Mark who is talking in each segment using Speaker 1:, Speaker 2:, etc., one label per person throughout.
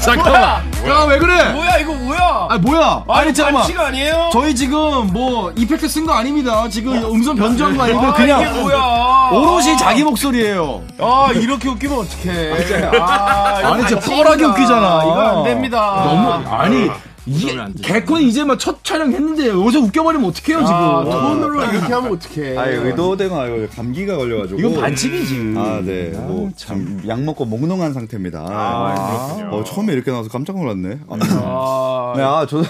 Speaker 1: 잠깐만. 야 왜 그래?
Speaker 2: 뭐야 이거 뭐야?
Speaker 1: 아 뭐야? 아니 잠깐만.
Speaker 2: 반칙 아니에요?
Speaker 1: 저희 지금 뭐 이펙트 쓴 거 아닙니다. 지금 음성 변조한 거 아니고
Speaker 2: 아,
Speaker 1: 그냥
Speaker 2: 이게 뭐야?
Speaker 1: 오롯이 자기 목소리예요.
Speaker 2: 아 이렇게 웃기면 어떡해? 아, 이거
Speaker 1: 아니 진짜
Speaker 2: 반칙이다.
Speaker 1: 뻘하게 웃기잖아.
Speaker 2: 이거 안 됩니다.
Speaker 1: 너무 아니
Speaker 3: 그러면 안
Speaker 1: 이게
Speaker 3: 돼.
Speaker 1: 개콘 이제 막 첫 촬영했는데 여기서 웃겨버리면 어떡해요 지금?
Speaker 2: 아, 톤으로 이렇게 하면 어떡해?
Speaker 4: 아예 의도대가 아니고 감기가 걸려가지고.
Speaker 1: 이건 반칙이지.
Speaker 4: 아, 네. 뭐, 참, 약 먹고 몽롱한 상태입니다. 어, 처음에 이렇게 나와서 깜짝 놀랐네. 아,
Speaker 2: 아,
Speaker 4: 네, 아, 조,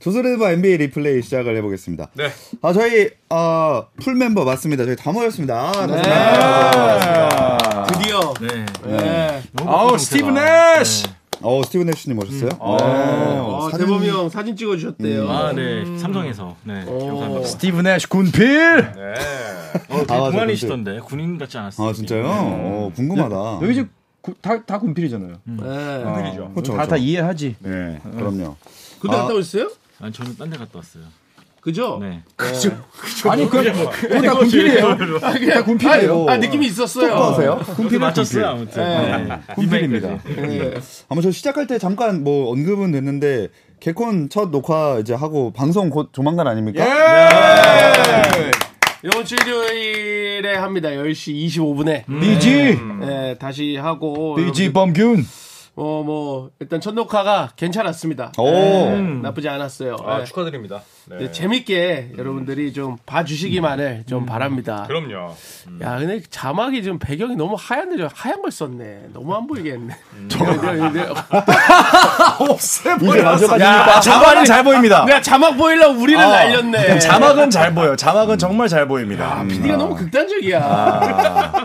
Speaker 4: 조선레바 NBA 리플레이 시작을 해보겠습니다.
Speaker 3: 네.
Speaker 4: 아, 저희, 아, 풀멤버 맞습니다. 저희 다 모였습니다. 아, 네.
Speaker 2: 드디어.
Speaker 3: 네.
Speaker 2: 네.
Speaker 1: 아우
Speaker 3: 음,
Speaker 1: 스티븐 애쉬.
Speaker 4: 어, 스티븐 혜슈님 오셨어요?
Speaker 1: 뭐,
Speaker 2: 어, 대범이 형 사진 찍어주셨대요.
Speaker 3: 아, 네. 삼성에서. 네. 감사합니다.
Speaker 1: 스티븐 애쉬 네, 군필.
Speaker 3: 네. 어, 되게
Speaker 4: 아, 맞아,
Speaker 3: 동안이시던데. 군인 같지 않았어요?
Speaker 4: 아, 진짜요? 어, 궁금하다.
Speaker 1: 여기 지금 구- 다, 다 군필이잖아요.
Speaker 2: 네.
Speaker 3: 군인이죠.
Speaker 4: 그쵸,
Speaker 1: 다,
Speaker 4: 그쵸.
Speaker 1: 다 이해하지.
Speaker 4: 네, 그럼요.
Speaker 2: 군대
Speaker 4: 아.
Speaker 2: 갔다 오셨어요?
Speaker 3: 아니, 저는 딴 데 갔다 왔어요.
Speaker 2: 그죠?
Speaker 3: 네.
Speaker 1: 아니, 그, 그건 다 군필이에요. 다 군필이에요.
Speaker 2: 아, 느낌이 있었어요.
Speaker 3: 군필 맞췄어요, 아무튼.
Speaker 2: 네.
Speaker 4: 군필입니다.
Speaker 2: 네.
Speaker 4: 아마 저 시작할 때 잠깐 뭐 언급은 됐는데 개콘 첫 녹화 이제 하고 방송 곧 조만간 아닙니까?
Speaker 1: 네.
Speaker 2: 이번 주 일요일에 합니다. 10시 25분에.
Speaker 1: 음. 비지,
Speaker 2: 네, 다시 하고.
Speaker 1: 비지 범균.
Speaker 2: 어, 뭐, 일단 첫 녹화가 괜찮았습니다. 네,
Speaker 4: 오.
Speaker 2: 나쁘지 않았어요.
Speaker 3: 아,
Speaker 2: 네.
Speaker 3: 축하드립니다. 네.
Speaker 2: 네, 재밌게 여러분들이 좀 봐주시기만을 좀 바랍니다.
Speaker 3: 음. 그럼요.
Speaker 2: 야, 근데 자막이 지금 배경이 너무 하얀데, 저 하얀 걸 썼네. 너무 안 보이게 했네.
Speaker 3: 음.
Speaker 2: 저
Speaker 4: 이제 마지막이니까
Speaker 1: 야, 자막은 잘 보입니다.
Speaker 2: 내가 자막 보이려고 우리를
Speaker 3: 아.
Speaker 2: 날렸네.
Speaker 1: 자막은 잘 보여. 자막은 정말 잘 보입니다.
Speaker 2: PD가 너무 극단적이야.
Speaker 3: 아.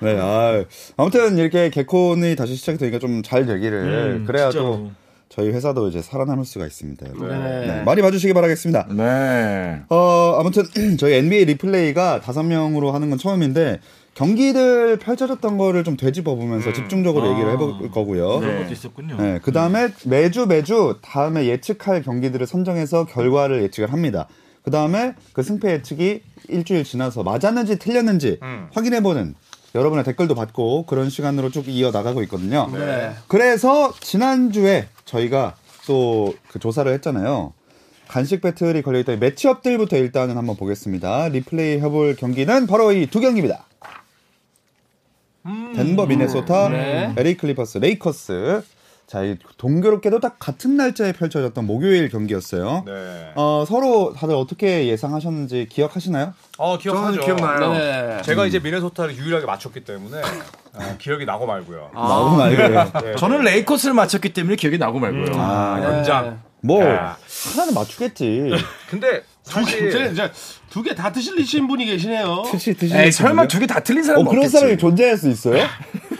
Speaker 4: 네, 아, 아무튼 이렇게 개콘이 다시 시작이 되니까 좀 잘 되기를 네, 그래야 또
Speaker 3: 네, 음, 진짜로.
Speaker 4: 저희 회사도 이제 살아남을 수가 있습니다. 여러분.
Speaker 2: 네.
Speaker 4: 네, 많이 봐주시기 바라겠습니다.
Speaker 1: 네.
Speaker 4: 어, 아무튼 저희 NBA 리플레이가 다섯 명으로 하는 건 처음인데 경기들 펼쳐졌던 거를 좀 되짚어 보면서 집중적으로 얘기를 해볼 거고요.
Speaker 3: 그런 것도 있었군요. 예.
Speaker 4: 네, 그 다음에 매주 매주 다음에 예측할 경기들을 선정해서 결과를 예측을 합니다. 그 다음에 그 승패 예측이 일주일 지나서 맞았는지 틀렸는지
Speaker 3: 음.
Speaker 4: 확인해보는 여러분의 댓글도 받고 그런 시간으로 쭉 이어나가고 있거든요.
Speaker 2: 네.
Speaker 4: 그래서 지난주에 저희가 또 그 조사를 했잖아요. 간식 배틀이 걸려있던 이 매치업들부터 일단은 한번 보겠습니다. 리플레이 해볼 경기는 바로 이 두 경기입니다. 음. 덴버 미네소타
Speaker 2: 네.
Speaker 4: LA 클리퍼스 레이커스 자, 이 동교롭게도 딱 같은 날짜에 펼쳐졌던 목요일 경기였어요.
Speaker 3: 네.
Speaker 4: 어, 서로 다들 어떻게 예상하셨는지 기억하시나요?
Speaker 3: 어, 기억하죠.
Speaker 2: 네.
Speaker 3: 제가 이제 미네소타를 유일하게 맞췄기 때문에 아, 기억이 나고 말고요.
Speaker 4: 너무 많이 그래요.
Speaker 5: 네.
Speaker 1: 저는 레이커스를 맞췄기 때문에 기억이 나고 말고요.
Speaker 3: 아, 연장.
Speaker 4: 뭐
Speaker 3: 야.
Speaker 4: 하나는 맞추겠지.
Speaker 3: 근데 사실
Speaker 2: 네. 두개 다 드실리신 분이 계시네요.
Speaker 4: 드시 드시.
Speaker 1: 에이, 설마 두 개 다 틀린 사람
Speaker 4: 어
Speaker 1: 은
Speaker 4: 그런
Speaker 1: 없겠지.
Speaker 4: 사람이 존재할 수 있어요?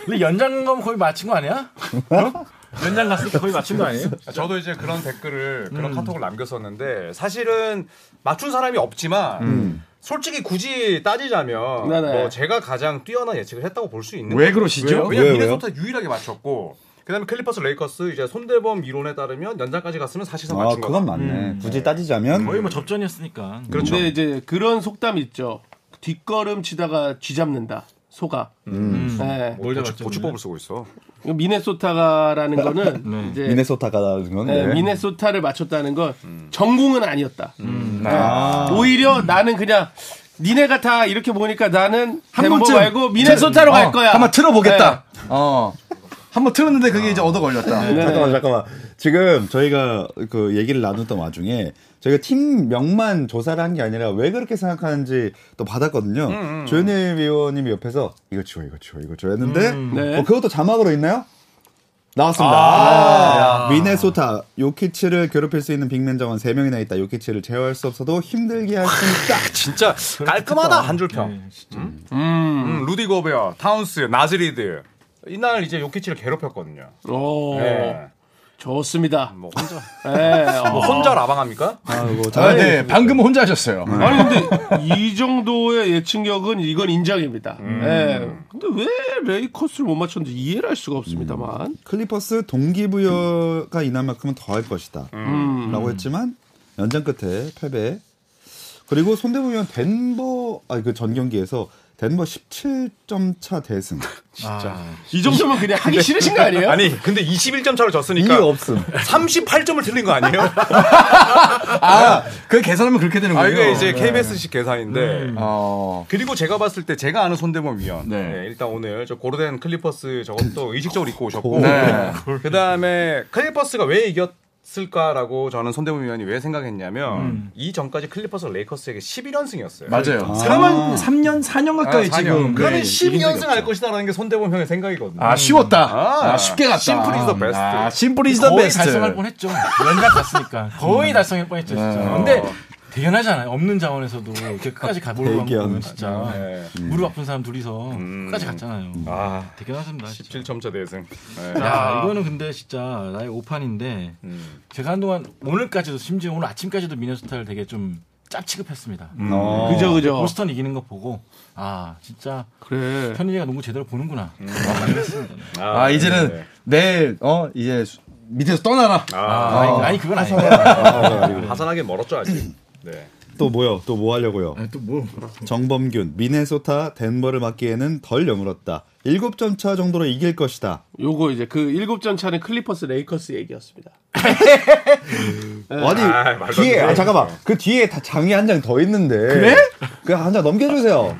Speaker 3: 근데 연장 가면 거의 맞힌 거 아니야? 어? 연장 갔을 때 거의 맞힌 거 아니에요?
Speaker 6: 저도 이제 그런 댓글을 그런 카톡을 남겼었는데 사실은 맞춘 사람이 없지만 솔직히 굳이 따지자면
Speaker 2: 네네.
Speaker 6: 뭐 제가 가장 뛰어난 예측을 했다고 볼 수 있는
Speaker 1: 왜
Speaker 6: 거죠.
Speaker 1: 그러시죠?
Speaker 6: 왜냐면
Speaker 4: 왜요,
Speaker 6: 미네소타 유일하게 맞췄고 그다음에 캘리퍼스 레이커스 이제 손대범 이론에 따르면 연장까지 갔으면 사실상
Speaker 4: 아
Speaker 6: 맞춘 거.
Speaker 4: 그건 맞네. 굳이 따지자면
Speaker 3: 거의 뭐 접전이었으니까.
Speaker 6: 그렇죠.
Speaker 2: 근데 이제 그런 속담 있죠. 뒷걸음 치다가 쥐 잡는다. 소가.
Speaker 3: 음.
Speaker 2: 네.
Speaker 6: 뭘뭐 고추,
Speaker 3: 맞췄네.
Speaker 6: 고추법을 쓰고 있어.
Speaker 2: 이거 미네소타가라는 거는 이제
Speaker 4: 미네소타가라는 건.
Speaker 2: 네,
Speaker 4: 네.
Speaker 2: 미네소타를 맞췄다는 건 전공은 아니었다. 네. 오히려 나는 그냥 니네가 다 이렇게 보니까 나는
Speaker 1: 한
Speaker 2: 덴버
Speaker 1: 번쯤
Speaker 2: 말고 미네소타로
Speaker 1: 어,
Speaker 2: 갈 거야.
Speaker 1: 한번 틀어보겠다. 어. 한번 틀었는데 그게
Speaker 6: 아.
Speaker 1: 이제 얻어 걸렸다.
Speaker 4: 잠깐만 잠깐만. 지금 저희가 그 얘기를 나눴던 와중에 저희가 팀명만 조사를 한 게 아니라 왜 그렇게 생각하는지 또 받았거든요. 조현일 위원님이 옆에서 이거 지워 이거 지워 이거 지워 했는데
Speaker 2: 네.
Speaker 4: 어, 그것도 자막으로 있나요? 나왔습니다. 아~ 미네소타 요키치를 괴롭힐 수 있는 빅맨 정원 3명이나 있다. 요키치를 제어할 수 없어도 힘들게 할 수 있다.
Speaker 6: 진짜 깔끔하다 한 줄 평. 네, 음, 루디 고베어, 타운스, 나즈리드 이날 이제 요키치를 괴롭혔거든요.
Speaker 2: 네. 오,
Speaker 6: 네.
Speaker 2: 좋습니다.
Speaker 6: 뭐 혼자
Speaker 2: 네, 어.
Speaker 6: 뭐 혼자 라방합니까?
Speaker 4: 아이고,
Speaker 1: 아, 네. 방금 혼자 하셨어요.
Speaker 2: 아니 근데 이 정도의 예측력은 이건 인정입니다. 예. 근데 왜 레이커스를 못 맞췄는지 이해를 할 수가 없습니다만.
Speaker 4: 클리퍼스 동기부여가 이날만큼은 더할 것이다.
Speaker 6: 음.
Speaker 4: 라고 했지만 연장 끝에 패배. 그리고 손대부 위원 덴버 덴버 아 그 전 경기에서 덴버 17점 차 대승
Speaker 2: 이 정도면 그냥 하기 싫으신 거 아니에요?
Speaker 6: 아니 근데 21점 차로 졌으니까
Speaker 4: 이유 없음.
Speaker 6: 38점을 틀린 거 아니에요?
Speaker 1: 그 계산하면 그렇게 되는
Speaker 6: 아
Speaker 1: 거예요.
Speaker 6: 이게 이제 KBS식 계산인데
Speaker 1: 어.
Speaker 6: 그리고 제가 봤을 때 제가 아는 손대범 위원
Speaker 1: 네. 그
Speaker 6: 네, 일단 오늘 저 고르덴 클리퍼스 저것도 의식적으로 입고 오셨고
Speaker 1: 네.
Speaker 6: 그 다음에 클리퍼스가 왜 이겼을까라고 저는 손대범 위원이 왜 생각했냐면 이 전까지 클리퍼스가 레이커스에게 11연승이었어요.
Speaker 1: 음. 맞아요.
Speaker 6: 사람은
Speaker 1: 3년 4년 가까이 지금 네,
Speaker 6: 그러면 12연승 할 것이다라는 게 손대범 형의 생각이거든요.
Speaker 1: 아 쉬웠다.
Speaker 6: 아,
Speaker 1: 아, 쉽게 갔다.
Speaker 6: 심플 is the best.
Speaker 1: 아, 심플 is the
Speaker 3: 거의
Speaker 1: best.
Speaker 3: 달성할 뻔했죠. 연장 갔으니까 거의 달성할 뻔했죠 진짜.
Speaker 6: 어.
Speaker 3: 근데 대견하잖아요. 없는 자원에서도 이렇게 끝까지 가보려고
Speaker 4: 대견.
Speaker 3: 하면 진짜
Speaker 6: 네.
Speaker 3: 무릎 아픈 사람 둘이서 끝까지 갔잖아요.
Speaker 6: 아,
Speaker 3: 대견하십니다. 진짜.
Speaker 6: 17점차 대승. 네.
Speaker 3: 야, 이거는 근데 진짜 나의 오판인데
Speaker 6: 음.
Speaker 3: 제가 한동안 오늘까지도 심지어 오늘 아침까지도 미네소타를 되게 좀 짭취급했습니다.
Speaker 4: 어.
Speaker 2: 그죠 그죠.
Speaker 3: 보스턴 이기는 거 보고 아 진짜
Speaker 2: 그래.
Speaker 3: 현이가 농구 제대로 보는구나.
Speaker 6: 아,
Speaker 1: 아 이제는
Speaker 6: 네.
Speaker 1: 내일 어 이제 수- 밑에서 떠나라.
Speaker 6: 아,
Speaker 3: 아니, 아니 그건 아니야.
Speaker 6: 하산하기 멀었죠 아직. 네.
Speaker 4: 또 뭐요? 또 뭐 하려고요? 정범균 미네소타 덴버를 막기에는 덜 여물었다. 7점 차 정도로 이길 것이다.
Speaker 2: 요거 이제 그 일곱 전 차는 클리퍼스 레이커스 얘기였습니다.
Speaker 4: 아니
Speaker 6: 아, 말도 안
Speaker 4: 뒤에
Speaker 6: 돼.
Speaker 4: 아, 잠깐만 그 뒤에 다 장이 한 장 더 있는데 그래? 그한 장 넘겨주세요.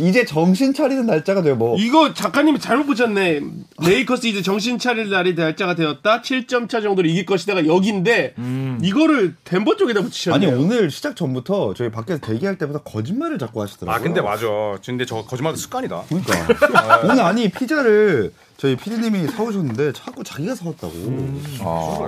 Speaker 4: 이제 정신 차리는 날짜가 돼요 뭐.
Speaker 2: 이거 작가님이 잘못 보셨네. 레이커스 이제 정신 차릴 날이 날짜가 되었다. 7점 차 정도로 이길 것이다가 여기인데 이거를 덴버 쪽에다
Speaker 4: 아니 어.
Speaker 2: 붙이셨네요.
Speaker 4: 오늘 시작 전부터 저희 밖에서 대기할 때부터 거짓말을 자꾸
Speaker 6: 아
Speaker 4: 하시더라고요.
Speaker 6: 근데 맞아. 근데 저 거짓말도 습관이다.
Speaker 4: 그러니까 오늘 아니 피자를 저희 피디님이 사오셨는데 자꾸 자기가 사왔다고.
Speaker 2: 음.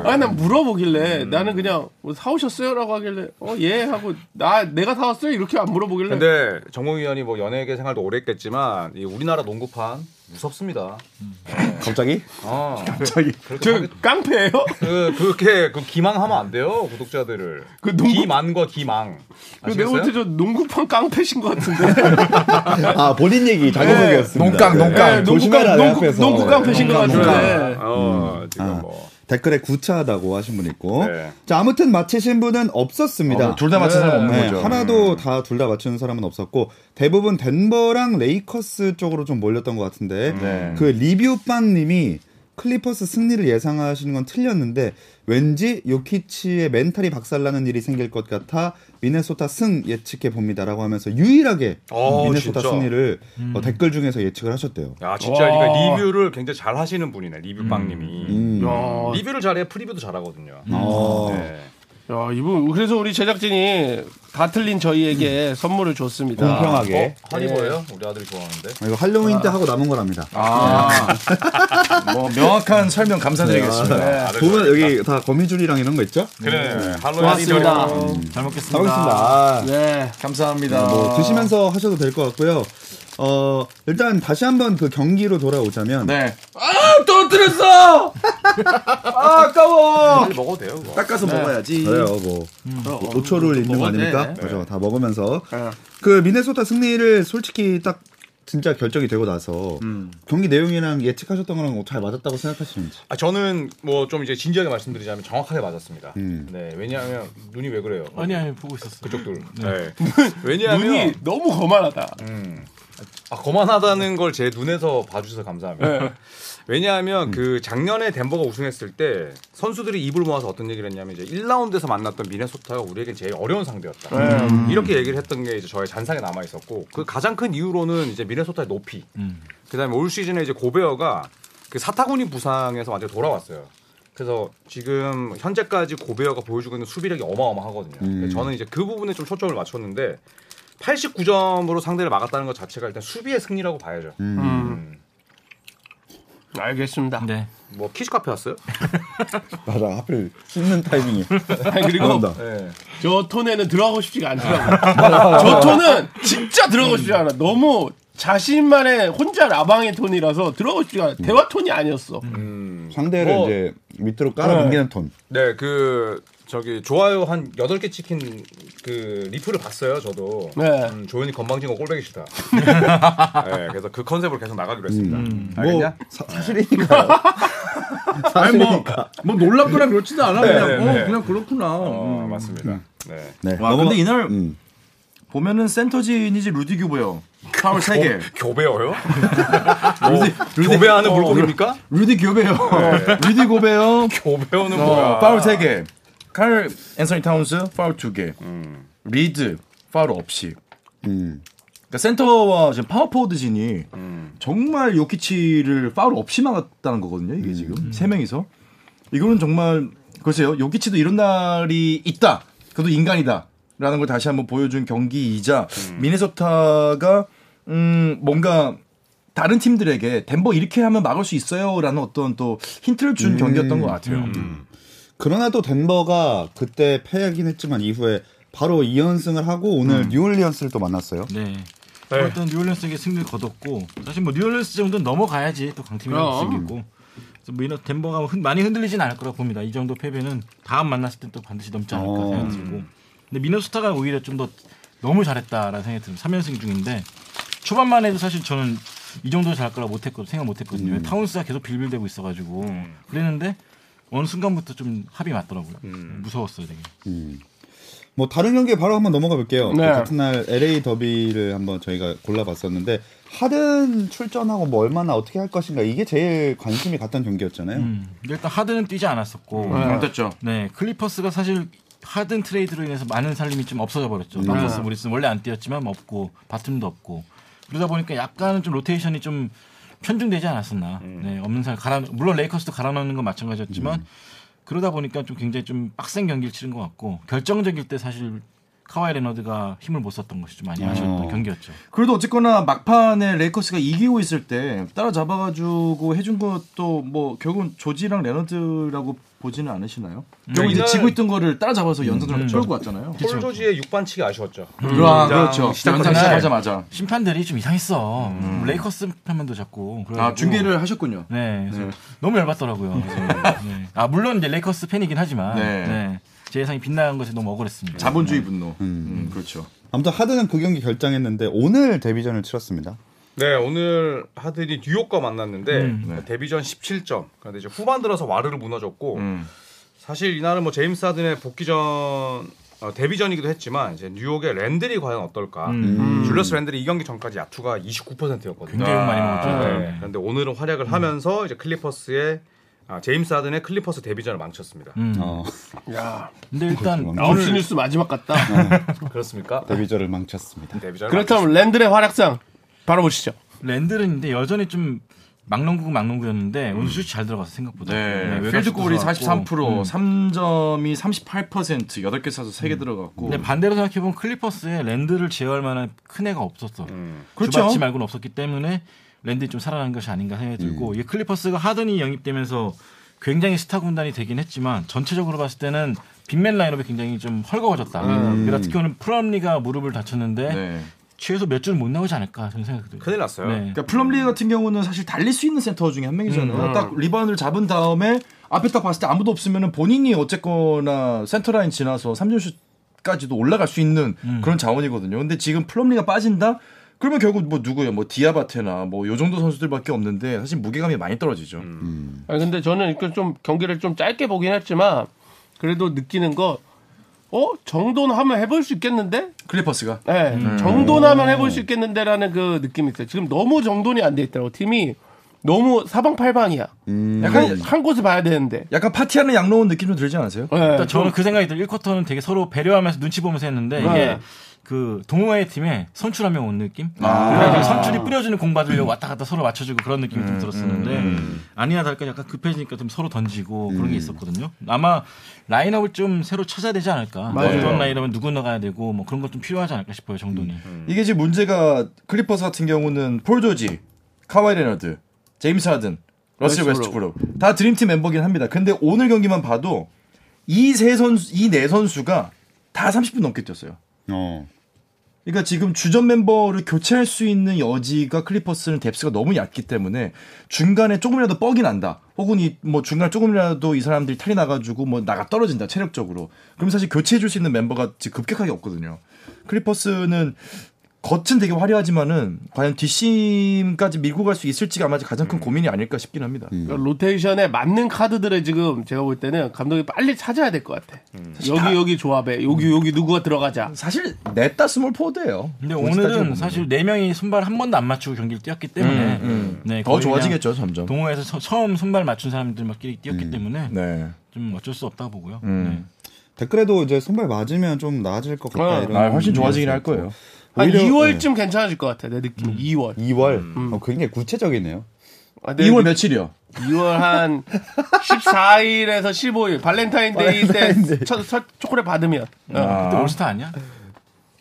Speaker 2: 아니 난 물어보길래 나는 그냥 뭐 사오셨어요라고 하길래 어 예 하고 나 내가 사왔어요 이렇게 안 물어보길래
Speaker 6: 근데 정몽 위원이 뭐 연예계 생활도 오래 했겠지만 이 우리나라 농구판 무섭습니다.
Speaker 4: 갑자기?
Speaker 6: 아,
Speaker 2: 저 깡패예요?
Speaker 6: 그 그렇게 그 기망하면 안 돼요 구독자들을.
Speaker 2: 그 농구-
Speaker 6: 기만과 기망.
Speaker 2: 그 내가 볼 때
Speaker 6: 아시겠어요?
Speaker 2: 저 농구판 깡패신 것 같은데
Speaker 4: 아 본인 얘기 자기 소개였습니다.
Speaker 1: 농깡, 농깡.
Speaker 2: 네, 농구깡
Speaker 4: 조심해라, 내
Speaker 2: 농구,
Speaker 4: 앞에서.
Speaker 2: 농구 깡패신 것
Speaker 4: 농깡,
Speaker 2: 같은데
Speaker 6: 네. 어 지금
Speaker 4: 아.
Speaker 6: 뭐.
Speaker 4: 댓글에 구차하다고 하신 분 있고.
Speaker 6: 네.
Speaker 4: 자, 아무튼 맞히신 분은 없었습니다.
Speaker 1: 아, 뭐 둘 다 맞힌 사람 없는
Speaker 4: 네,
Speaker 1: 거죠. 음.
Speaker 4: 하나도 다 둘 다 맞추는 사람은 없었고 대부분 덴버랑 레이커스 쪽으로 좀 몰렸던 것 같은데
Speaker 1: 음. 네.
Speaker 4: 그 리뷰빵님이 클리퍼스 승리를 예상하시는 건 틀렸는데 왠지 요키치의 멘탈이 박살나는 일이 생길 것 같아 미네소타 승 예측해 봅니다라고 하면서 유일하게
Speaker 6: 어,
Speaker 4: 미네소타
Speaker 6: 진짜.
Speaker 4: 승리를 어, 댓글 중에서 예측을 하셨대요.
Speaker 6: 야 진짜
Speaker 2: 와.
Speaker 6: 그러니까 리뷰를 굉장히 잘 하시는 분이네 리뷰빵님이.
Speaker 4: 음.
Speaker 2: 야,
Speaker 6: 리뷰를 잘해 프리뷰도 잘하거든요.
Speaker 4: 어.
Speaker 6: 네.
Speaker 2: 야, 이분 그래서 우리 제작진이 다 틀린 저희에게 선물을 줬습니다.
Speaker 4: 공평하게.
Speaker 6: 어? 하리버예요? 우리 아들이 좋아하는데.
Speaker 4: 이거 할로윈 때 하고 남은 거랍니다.
Speaker 1: 아뭐 명확한 설명
Speaker 4: 네,
Speaker 1: 감사드리겠습니다.
Speaker 6: 아들 네.
Speaker 4: 보면 여기 다 거미줄이랑 이런 거 있죠?
Speaker 6: 그래. 음. 할로윈
Speaker 2: 고맙습니다.
Speaker 3: 잘
Speaker 4: 다 하고
Speaker 3: 먹겠습니다.
Speaker 4: 있습니다.
Speaker 2: 네.
Speaker 1: 감사합니다.
Speaker 4: 뭐 드시면서 하셔도 될 것 같고요. 어 일단 다시 한번 그 경기로 돌아오자면
Speaker 1: 네
Speaker 2: 떨어뜨렸어!
Speaker 6: 빨리 먹어도 돼요. 그거.
Speaker 1: 닦아서 먹어야지.
Speaker 4: 그래요 뭐 오 5초를 있는 거 아닙니까?
Speaker 1: 돼.
Speaker 4: 그죠 다 먹으면서 그 미네소타 승리를 솔직히 딱 진짜 결정이 되고 나서 경기 내용이랑 예측하셨던 거랑 잘 맞았다고 생각하시는지
Speaker 6: 아, 저는 뭐 좀 이제 진지하게 말씀드리자면 정확하게 맞았습니다.
Speaker 4: 음.
Speaker 6: 네, 왜냐하면 눈이 왜 그래요?
Speaker 3: 아니 아니 보고 있었어.
Speaker 6: 그쪽들. 네. 왜냐하면
Speaker 2: 눈이 너무 거만하다.
Speaker 6: 음. 아, 거만하다는 걸 제 눈에서 봐주셔서 감사합니다. 왜냐하면 그 작년에 덴버가 우승했을 때 선수들이 입을 모아서 어떤 얘기를 했냐면 이제 1라운드에서 만났던 미네소타가 우리에겐 제일 어려운 상대였다. 이렇게 얘기를 했던 게 이제 저의 잔상에 남아 있었고 그 가장 큰 이유로는 이제 미네소타의 높이. 그다음에 올 시즌에 이제 고베어가 그 사타구니 부상에서 완전 히 돌아왔어요. 그래서 지금 현재까지 고베어가 보여주고 있는 수비력이 어마어마하거든요. 저는 이제 그 부분에 좀 초점을 맞췄는데 89점으로 상대를 막았다는 것 자체가 일단 수비의 승리라고 봐야죠.
Speaker 5: 음.
Speaker 2: 알겠습니다.
Speaker 3: 네.
Speaker 6: 뭐 키즈 카페 왔어요?
Speaker 4: 맞아 하필 씻는 타이밍이
Speaker 2: 아니, 그리고
Speaker 4: 그런다
Speaker 6: 네.
Speaker 2: 저 톤에는 들어가고 싶지가 않더라고요. 저 톤은 진짜 들어가고 싶지 않아. 너무 자신만의 혼자 라방의 톤이라서 들어가고 싶지가 않아. 대화 톤이 아니었어. 음.
Speaker 4: 상대를
Speaker 6: 뭐-
Speaker 4: 이제 밑으로 깔아넘기는 톤
Speaker 6: 네, 그 저기 좋아요 한 8개 찍힌 그 리플을 봤어요, 저도.
Speaker 2: 네.
Speaker 6: 음, 조현이 건방진 거 꼴보기 싫다. 네, 그래서 그 컨셉으로 계속 나가기로 했습니다.
Speaker 5: 음.
Speaker 4: 뭐 사, 사실이니까요 사실이니까
Speaker 1: 뭐 놀랍거나 그렇지도 않아
Speaker 6: 네,
Speaker 1: 그냥
Speaker 6: 네,
Speaker 1: 어,
Speaker 6: 네.
Speaker 1: 그냥 그렇구나.
Speaker 5: 음. 아,
Speaker 6: 어, 맞습니다. 네.
Speaker 4: 네,
Speaker 1: 와
Speaker 4: 넘어-
Speaker 1: 근데 이날
Speaker 4: 음.
Speaker 5: 보면은 센터진이지 루디 교배요. 파울
Speaker 1: 어,
Speaker 5: 3개.
Speaker 6: 교배어요?
Speaker 5: 루디, 어,
Speaker 6: 교배하는 물고기입니까? 네.
Speaker 5: 루디 교배요. 루디 고배요.
Speaker 6: 교배어는
Speaker 5: 어,
Speaker 6: 뭐야?
Speaker 5: 파울 3개. 칼 앤서니 타운스 파울 2개.
Speaker 6: 음.
Speaker 5: 리드 파울 없이.
Speaker 4: 음.
Speaker 5: 그러니까 센터와 지금 파워포워드진이 정말 요키치를 파울 없이 막았다는 거거든요. 이게 지금 세 명이서 이거는 정말 글쎄요. 요키치도 이런 날이 있다. 그래도 인간이다. 라는 걸 다시 한번 보여준 경기이자 미네소타가 음 뭔가 다른 팀들에게 덴버 이렇게 하면 막을 수 있어요라는 어떤 또 힌트를 준 경기였던 것 같아요.
Speaker 4: 그러나 또 덴버가 그때 패하긴 했지만 이후에 바로 2연승을 하고 오늘 뉴올리언스를 또 만났어요.
Speaker 3: 네. 일단 뉴올리언스에게 승리를 거뒀고 사실 뭐 뉴올리언스 정도는 넘어가야지 또 강팀이라고
Speaker 2: 그럼.
Speaker 3: 할수 있겠고 그래서 뭐 이런 덴버가 흔- 많이 흔들리진 않을 거라고 봅니다. 이 정도 패배는 다음 만났을 때 또 반드시 넘지 않을까
Speaker 4: 어.
Speaker 3: 생각들고 근데 미네소타가 오히려 좀 더 너무 잘했다라는 생각이 듭니다. 3연승 중인데 초반만 해도 사실 저는 이 정도 잘할 거라고 못했거 생각 못했거든요. 타운스가 계속 빌빌대고 있어가지고 그랬는데 어느 순간부터 좀 합이 맞더라고요. 무서웠어요 되게.
Speaker 4: 뭐 다른 경기에 바로 한번 넘어가 볼게요.
Speaker 2: 네.
Speaker 4: 그 같은 날 LA 더비를 한번 저희가 골라봤었는데 하든 출전하고 뭐 얼마나 어떻게 할 것인가 이게 제일 관심이 갔던 경기였잖아요.
Speaker 3: 음. 근데 일단 하드는 뛰지 않았었고
Speaker 5: 안 됐죠.
Speaker 3: 네, 클리퍼스가 사실 하든 트레이드로 인해서 많은 살림이 좀 없어져
Speaker 5: 네.
Speaker 3: 버렸죠. 마커스 모리스는 원래 안 뛰었지만 없고 바툼도 없고 그러다 보니까 약간은 좀 로테이션이 좀 편중되지 않았었나.
Speaker 5: 음.
Speaker 3: 네, 없는 살 갈아 물론 레이커스도 갈아넣는 건 마찬가지였지만 그러다 보니까 좀 굉장히 좀 빡센 경기를 치른 것 같고 결정적일 때 사실 카와이 레너드가 힘을 못 썼던 것이 좀
Speaker 5: 음.
Speaker 3: 많이 아쉬웠던 경기였죠.
Speaker 5: 그래도 어쨌거나 막판에 레이커스가 이기고 있을 때 따라잡아가지고 해준 것도 뭐 결국은 조지랑 레너드라고 보지는 않으시나요? 결국 이제
Speaker 6: 이날-
Speaker 5: 지고 있던 거를 따라잡아서 연선으로 끌고 왔잖아요.
Speaker 6: 폴 조지의 육반치기 아쉬웠죠.
Speaker 5: 아, 그렇죠.
Speaker 6: 음. 시작
Speaker 5: 연장 시작하자마자
Speaker 3: 심판들이 좀 이상했어. 레이커스 편만도 잡고.
Speaker 5: 음. 아
Speaker 3: 그래가지고
Speaker 5: 중계를 하셨군요.
Speaker 3: 네, 그래서 너무 열받더라고요. 그래서, 네. 아 물론 이제 레이커스 팬이긴 하지만
Speaker 5: 네.
Speaker 3: 네, 제 예상이 빗나간 것에 너무 억울했습니다.
Speaker 5: 자본주의 분노. 음, 그렇죠.
Speaker 4: 아무튼 하드는 그 경기 결정했는데 오늘 데뷔전을 치렀습니다.
Speaker 6: 네, 오늘 하든이 뉴욕과 만났는데
Speaker 2: 음.
Speaker 3: 네.
Speaker 6: 데뷔전 17점. 그런데 이제 후반 들어서 와르르 무너졌고
Speaker 3: 음.
Speaker 6: 사실 이날은 뭐 제임스 하든의 복귀전 어, 데뷔전이기도 했지만 이제 뉴욕의 랜들이 과연 어떨까?
Speaker 2: 음.
Speaker 6: 음. 줄리어스 랜들이 이 경기 전까지 야투가 29%였거든요.
Speaker 3: 음. 굉장히 욕 많이 먹었죠.
Speaker 6: 네. 그런데 오늘은 활약을
Speaker 2: 음.
Speaker 6: 하면서 이제 클리퍼스의 아, 제임스 하든의 클리퍼스 데뷔전을 망쳤습니다.
Speaker 2: 음.
Speaker 4: 어,
Speaker 3: 근데 일단
Speaker 2: 아홉 시 뉴스 마지막 같다.
Speaker 6: 그렇습니까?
Speaker 3: 네.
Speaker 4: 데뷔전을 망쳤습니다.
Speaker 6: 데뷔전
Speaker 2: 그렇다면 랜들의 활약상 바로 보시죠.
Speaker 3: 랜들은 근데 여전히 좀 막농구 막농구였는데 오늘 슛이 잘 들어가서 생각보다. 네,
Speaker 5: 음. 네,
Speaker 3: 외곽
Speaker 5: 필드골이
Speaker 3: 슛도 들어갔고.
Speaker 5: 43%, 3점이 38%, 8개 차서 3개 들어갔고.
Speaker 3: 근데 반대로 생각해보면 클리퍼스에 랜드를 제어할 만한 큰 애가
Speaker 6: 음.
Speaker 3: 없었어.
Speaker 5: 그렇죠.
Speaker 3: 주바치 말고는 없었기 때문에 랜드이 좀 살아난 것이 아닌가 생각이 들고
Speaker 5: 예.
Speaker 3: 이게 클리퍼스가 하든이 영입되면서 굉장히 스타 군단이 되긴 했지만 전체적으로 봤을 때는 빅맨 라인업이 굉장히 좀
Speaker 6: 음.
Speaker 3: 헐거워졌다. 그러니까 특히 오늘 프람리가 무릎을 다쳤는데
Speaker 5: 네.
Speaker 3: 최소 몇 줄 못 나오지 않을까 저는 생각이 들어요.
Speaker 6: 큰일 났어요.
Speaker 3: 네.
Speaker 5: 그러니까 플럼리 같은 경우는 사실 달릴 수 있는 센터 중에 한 명이잖아요. 딱 리바운드를 잡은 다음에 앞에 딱 봤을 때 아무도 없으면 본인이 어쨌거나 센터 라인 지나서 3점슛까지도 올라갈 수 있는 그런 자원이거든요. 근데 지금 플럼리가 빠진다? 그러면 결국 뭐 누구예요? 뭐 디아바테나 뭐 요 정도 선수들밖에 없는데 사실 무게감이 많이 떨어지죠.
Speaker 2: 아 근데 저는 이건 좀 경기를 좀 짧게 보긴 했지만 그래도 느끼는 거 어? 정도는 하면 해볼 수 있겠는데?
Speaker 5: 클리퍼스가
Speaker 2: 예. 정도는 하면 해볼 수 있겠는데라는 그 느낌이 있어요. 지금 너무 정돈이 안 돼 있더라고. 팀이 너무 사방팔방이야.
Speaker 5: 약간
Speaker 2: 한 곳을 봐야 되는데.
Speaker 5: 약간 파티하는 양로원 느낌 좀 들지 않으세요?
Speaker 2: 예.
Speaker 3: 일단 저는 그 생각이 들어요. 1쿼터는 되게 서로 배려하면서 눈치 보면서 했는데
Speaker 5: 네.
Speaker 3: 이게 그 동호회 팀에 선출 한 명 온 느낌?
Speaker 5: 아.
Speaker 3: 그래가지고 선출이 뿌려주는 공 받으려고 왔다 갔다 서로 맞춰주고 그런 느낌이
Speaker 5: 음,
Speaker 3: 좀 들었었는데 아니나 다를까 약간 급해지니까 좀 서로 던지고
Speaker 5: 음.
Speaker 3: 그런 게 있었거든요. 아마 라인업을 좀 새로 찾아야 되지 않을까. 뭐 어떤 라인업은 누구 나가야 되고 뭐 그런 것 좀 필요하지 않을까 싶어요. 정도는.
Speaker 2: 음.
Speaker 5: 이게 지금 문제가 클리퍼스 같은 경우는 폴 조지, 카와이 레너드, 제임스 하든, 러셀
Speaker 2: 웨스트브룩.
Speaker 5: 웨스트브룩 다 드림팀 멤버긴 합니다. 근데 오늘 경기만 봐도 이 세 선수, 이 네 선수가 다 30분 넘게 뛰었어요.
Speaker 4: 어.
Speaker 5: 그러니까 지금 주전 멤버를 교체할 수 있는 여지가 클리퍼스는 뎁스가 너무 얕기 때문에 중간에 조금이라도 뻑이 난다. 혹은 이 뭐 중간 에 조금이라도 이 사람들이 탈이 나가지고 뭐 나가 떨어진다 체력적으로. 그럼 사실 교체해줄 수 있는 멤버가 지금 급격하게 없거든요. 클리퍼스는 겉은 되게 화려하지만은 과연 뒷심까지 밀고 갈 수 있을지가 아마 가장 큰 고민이 아닐까 싶긴 합니다.
Speaker 2: 그러니까 로테이션에 맞는 카드들을 지금 제가 볼 때는 감독이 빨리 찾아야 될 것 같아. 여기 여기 조합에 여기 여기 누구가 들어가자.
Speaker 5: 사실 냈다 스몰 포드예요.
Speaker 3: 근데 오늘은 사실 네 명이 손발 한 번도 안 맞추고 경기를 뛰었기 때문에 네,
Speaker 5: 음, 더
Speaker 3: 거의
Speaker 5: 좋아지겠죠 점점.
Speaker 3: 그냥 동호회에서 처- 처음 손발 맞춘 사람들만끼리 뛰었기 때문에
Speaker 5: 네. 음.
Speaker 3: 좀 어쩔 수 없다 보고요. 네.
Speaker 4: 댓글에도 이제 손발 맞으면 좀 나아질 것 같다.
Speaker 2: 어,
Speaker 4: 이런
Speaker 5: 아, 훨씬 좋아지긴
Speaker 3: 음.
Speaker 5: 할 거예요.
Speaker 2: 한
Speaker 4: 오히려-
Speaker 2: 2월쯤 괜찮아질 것 같아 내 느낌. 2월.
Speaker 4: 2월.
Speaker 2: 음.
Speaker 4: 어, 굉장히 구체적이네요.
Speaker 2: 아, 내
Speaker 5: 2월 며칠이요?
Speaker 2: 2월 한 14일에서 15일 발렌타인데이 때 첫, 첫 초콜릿 받으면 어,
Speaker 3: 그때 올스타 아니야?
Speaker 4: 네.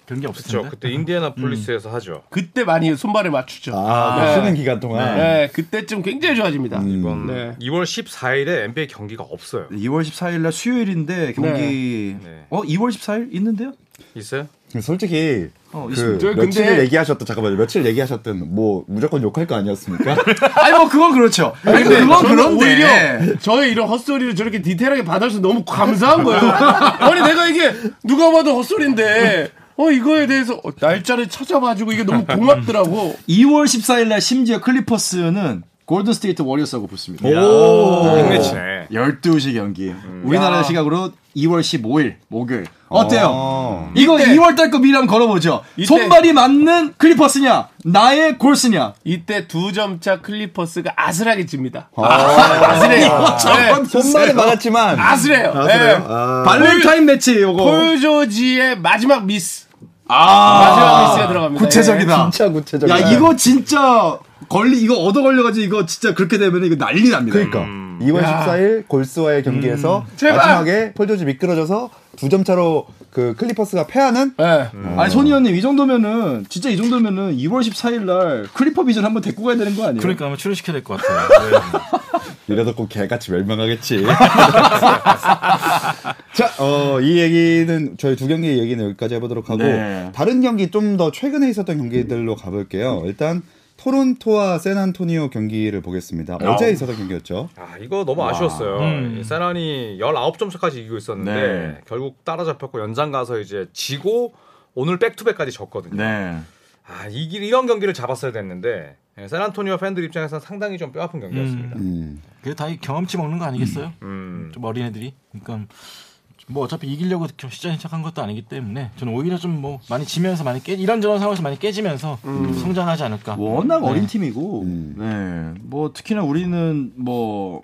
Speaker 3: 경기 없을 텐데.
Speaker 6: 그렇죠.
Speaker 2: 네.
Speaker 6: 그때
Speaker 2: 음.
Speaker 6: 인디애나폴리스에서 하죠.
Speaker 2: 그때 많이 손발을 맞추죠.
Speaker 4: 아, 그 쉬는 기간 동안.
Speaker 2: 네, 그때쯤 굉장히 좋아집니다.
Speaker 6: 음.
Speaker 2: 네.
Speaker 6: 2월 14일에 NBA 경기가 없어요.
Speaker 3: 네.
Speaker 5: 2월 14일 날 수요일인데 경기
Speaker 6: 네.
Speaker 5: 어 2월 14일 있는데요?
Speaker 6: 있어요?
Speaker 4: 솔직히 그
Speaker 2: 어, 저희 근데-
Speaker 4: 며칠 얘기하셨던 잠깐만요. 며칠 얘기하셨던 뭐 무조건 욕할 거 아니었습니까?
Speaker 5: 아니 뭐 그건 그렇죠. 아니 근데 그건
Speaker 2: 저는
Speaker 5: 그런데
Speaker 2: 오히려 저의 이런 헛소리를 저렇게 디테일하게 받아줘서 너무 감사한 거예요. 아니 내가 이게 누가 봐도 헛소리인데 어 이거에 대해서 어, 날짜를 찾아봐주고 이게 너무 고맙더라고.
Speaker 5: 2월 14일 날 심지어 클리퍼스는 골든 스테이트 워리어스하고 붙습니다. 어.
Speaker 6: 백매치네.
Speaker 5: 12시 경기. 우리나라 시각으로 2월 15일 목요일. 어때요?
Speaker 4: 어.
Speaker 5: 이거 2월 달거 미리 한번 걸어보죠.
Speaker 2: 이때-
Speaker 5: 손발이 맞는 클리퍼스냐? 나의 골스냐?
Speaker 2: 이때 두 점차 클리퍼스가 아슬하게 집니다. 아슬해요. 네,
Speaker 4: 손발은 많았지만
Speaker 2: 아슬해요. 네.
Speaker 5: 발렌타인 매치 요거.
Speaker 2: 폴 조지의 마지막 미스.
Speaker 5: 아.
Speaker 2: 마지막 미스에 들어갑니다.
Speaker 5: 구체적이다. 네.
Speaker 4: 진짜 구체적이야.
Speaker 5: 야, 이거 진짜 걸리 이거 얻어 걸려가지고 이거 진짜 그렇게 되면 이거 난리 납니다.
Speaker 4: 그러니까 2월 14일 골스와의 경기에서
Speaker 2: 제발!
Speaker 4: 마지막에 폴조지 미끄러져서 두 점 차로 그 클리퍼스가 패하는
Speaker 2: 예. 네.
Speaker 4: 음.
Speaker 5: 아니 손이 형님 이 정도면은 진짜 이 정도면은 2월 14일 날 클리퍼 비전 한번 데리고 가야 되는 거 아니에요?
Speaker 3: 그러니까 아마 출연시켜야 될 것 같아요. 네.
Speaker 4: 이러다 꼭 개같이 멸망하겠지. 자, 어, 이 얘기는 저희 두 경기 얘기는 여기까지 해보도록 하고
Speaker 5: 네.
Speaker 4: 다른 경기 좀 더 최근에 있었던 경기들로 가볼게요. 일단 토론토와 샌안토니오 경기를 보겠습니다. 어제 있었던 경기였죠.
Speaker 6: 아, 이거 너무 아쉬웠어요. 이 세란이 19점차까지 이기고 있었는데
Speaker 5: 음. 네.
Speaker 6: 결국 따라잡혔고 연장 가서 이제 지고 오늘 백투백까지 졌거든요.
Speaker 5: 네.
Speaker 6: 아, 이 길- 이런 경기를 잡았어야 됐는데 예, 샌안토니오 팬들 입장에서는 상당히 좀 뼈아픈 경기였습니다.
Speaker 4: 음.
Speaker 3: 그게 다이 경험치 먹는 거 아니겠어요?
Speaker 6: 음.
Speaker 3: 좀 어린애들이. 그러니까 뭐 어차피 이기려고 이렇게 시작 시작한 것도 아니기 때문에 저는 오히려 좀 뭐 많이 지면서 많이 깨 이런저런 상황에서 많이 깨지면서
Speaker 4: 음.
Speaker 3: 성장하지 않을까.
Speaker 5: 워낙
Speaker 3: 네.
Speaker 5: 어린 팀이고, 네. 뭐 특히나 우리는 뭐.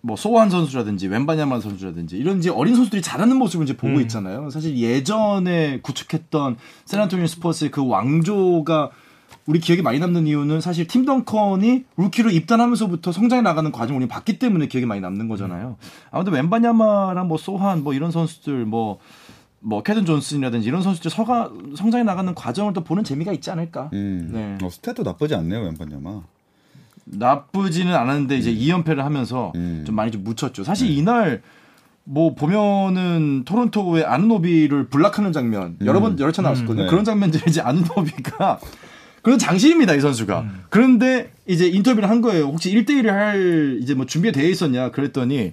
Speaker 5: 뭐 소환 선수라든지 웬바냐만 선수라든지 이런 이제 어린 선수들이 잘하는 모습을 이제
Speaker 3: 음.
Speaker 5: 보고 있잖아요. 사실 예전에 구축했던 세란토니오 스퍼스의 그 왕조가 우리 기억에 많이 남는 이유는 사실 팀 덩컨이 루키로 입단하면서부터 성장해 나가는 과정을 우리 봤기 때문에 기억에 많이 남는 거잖아요. 아무튼 웬바냐마랑 뭐 소환 뭐 이런 선수들 뭐 뭐 캐든 존슨이라든지 이런 선수들 서가 성장해 나가는 과정을 또 보는 재미가 있지 않을까.
Speaker 4: 음.
Speaker 5: 네.
Speaker 4: 어, 스탯도 나쁘지 않네요, 아, 왼판야마.
Speaker 5: 나쁘지는 않았는데 이제 2연패를 하면서
Speaker 4: 음.
Speaker 5: 좀 많이 좀 묻혔죠. 사실 이날 뭐 보면은 토론토의 아누노비를 블락하는 장면 여러 번 여러 차 나왔었거든요.
Speaker 4: 네.
Speaker 5: 그런 장면들 이제 아누노비가 그런 장신입니다 이 선수가. 그런데 이제 인터뷰를 한 거예요. 혹시 1대1을 할 이제 뭐 준비가 되어 있었냐 그랬더니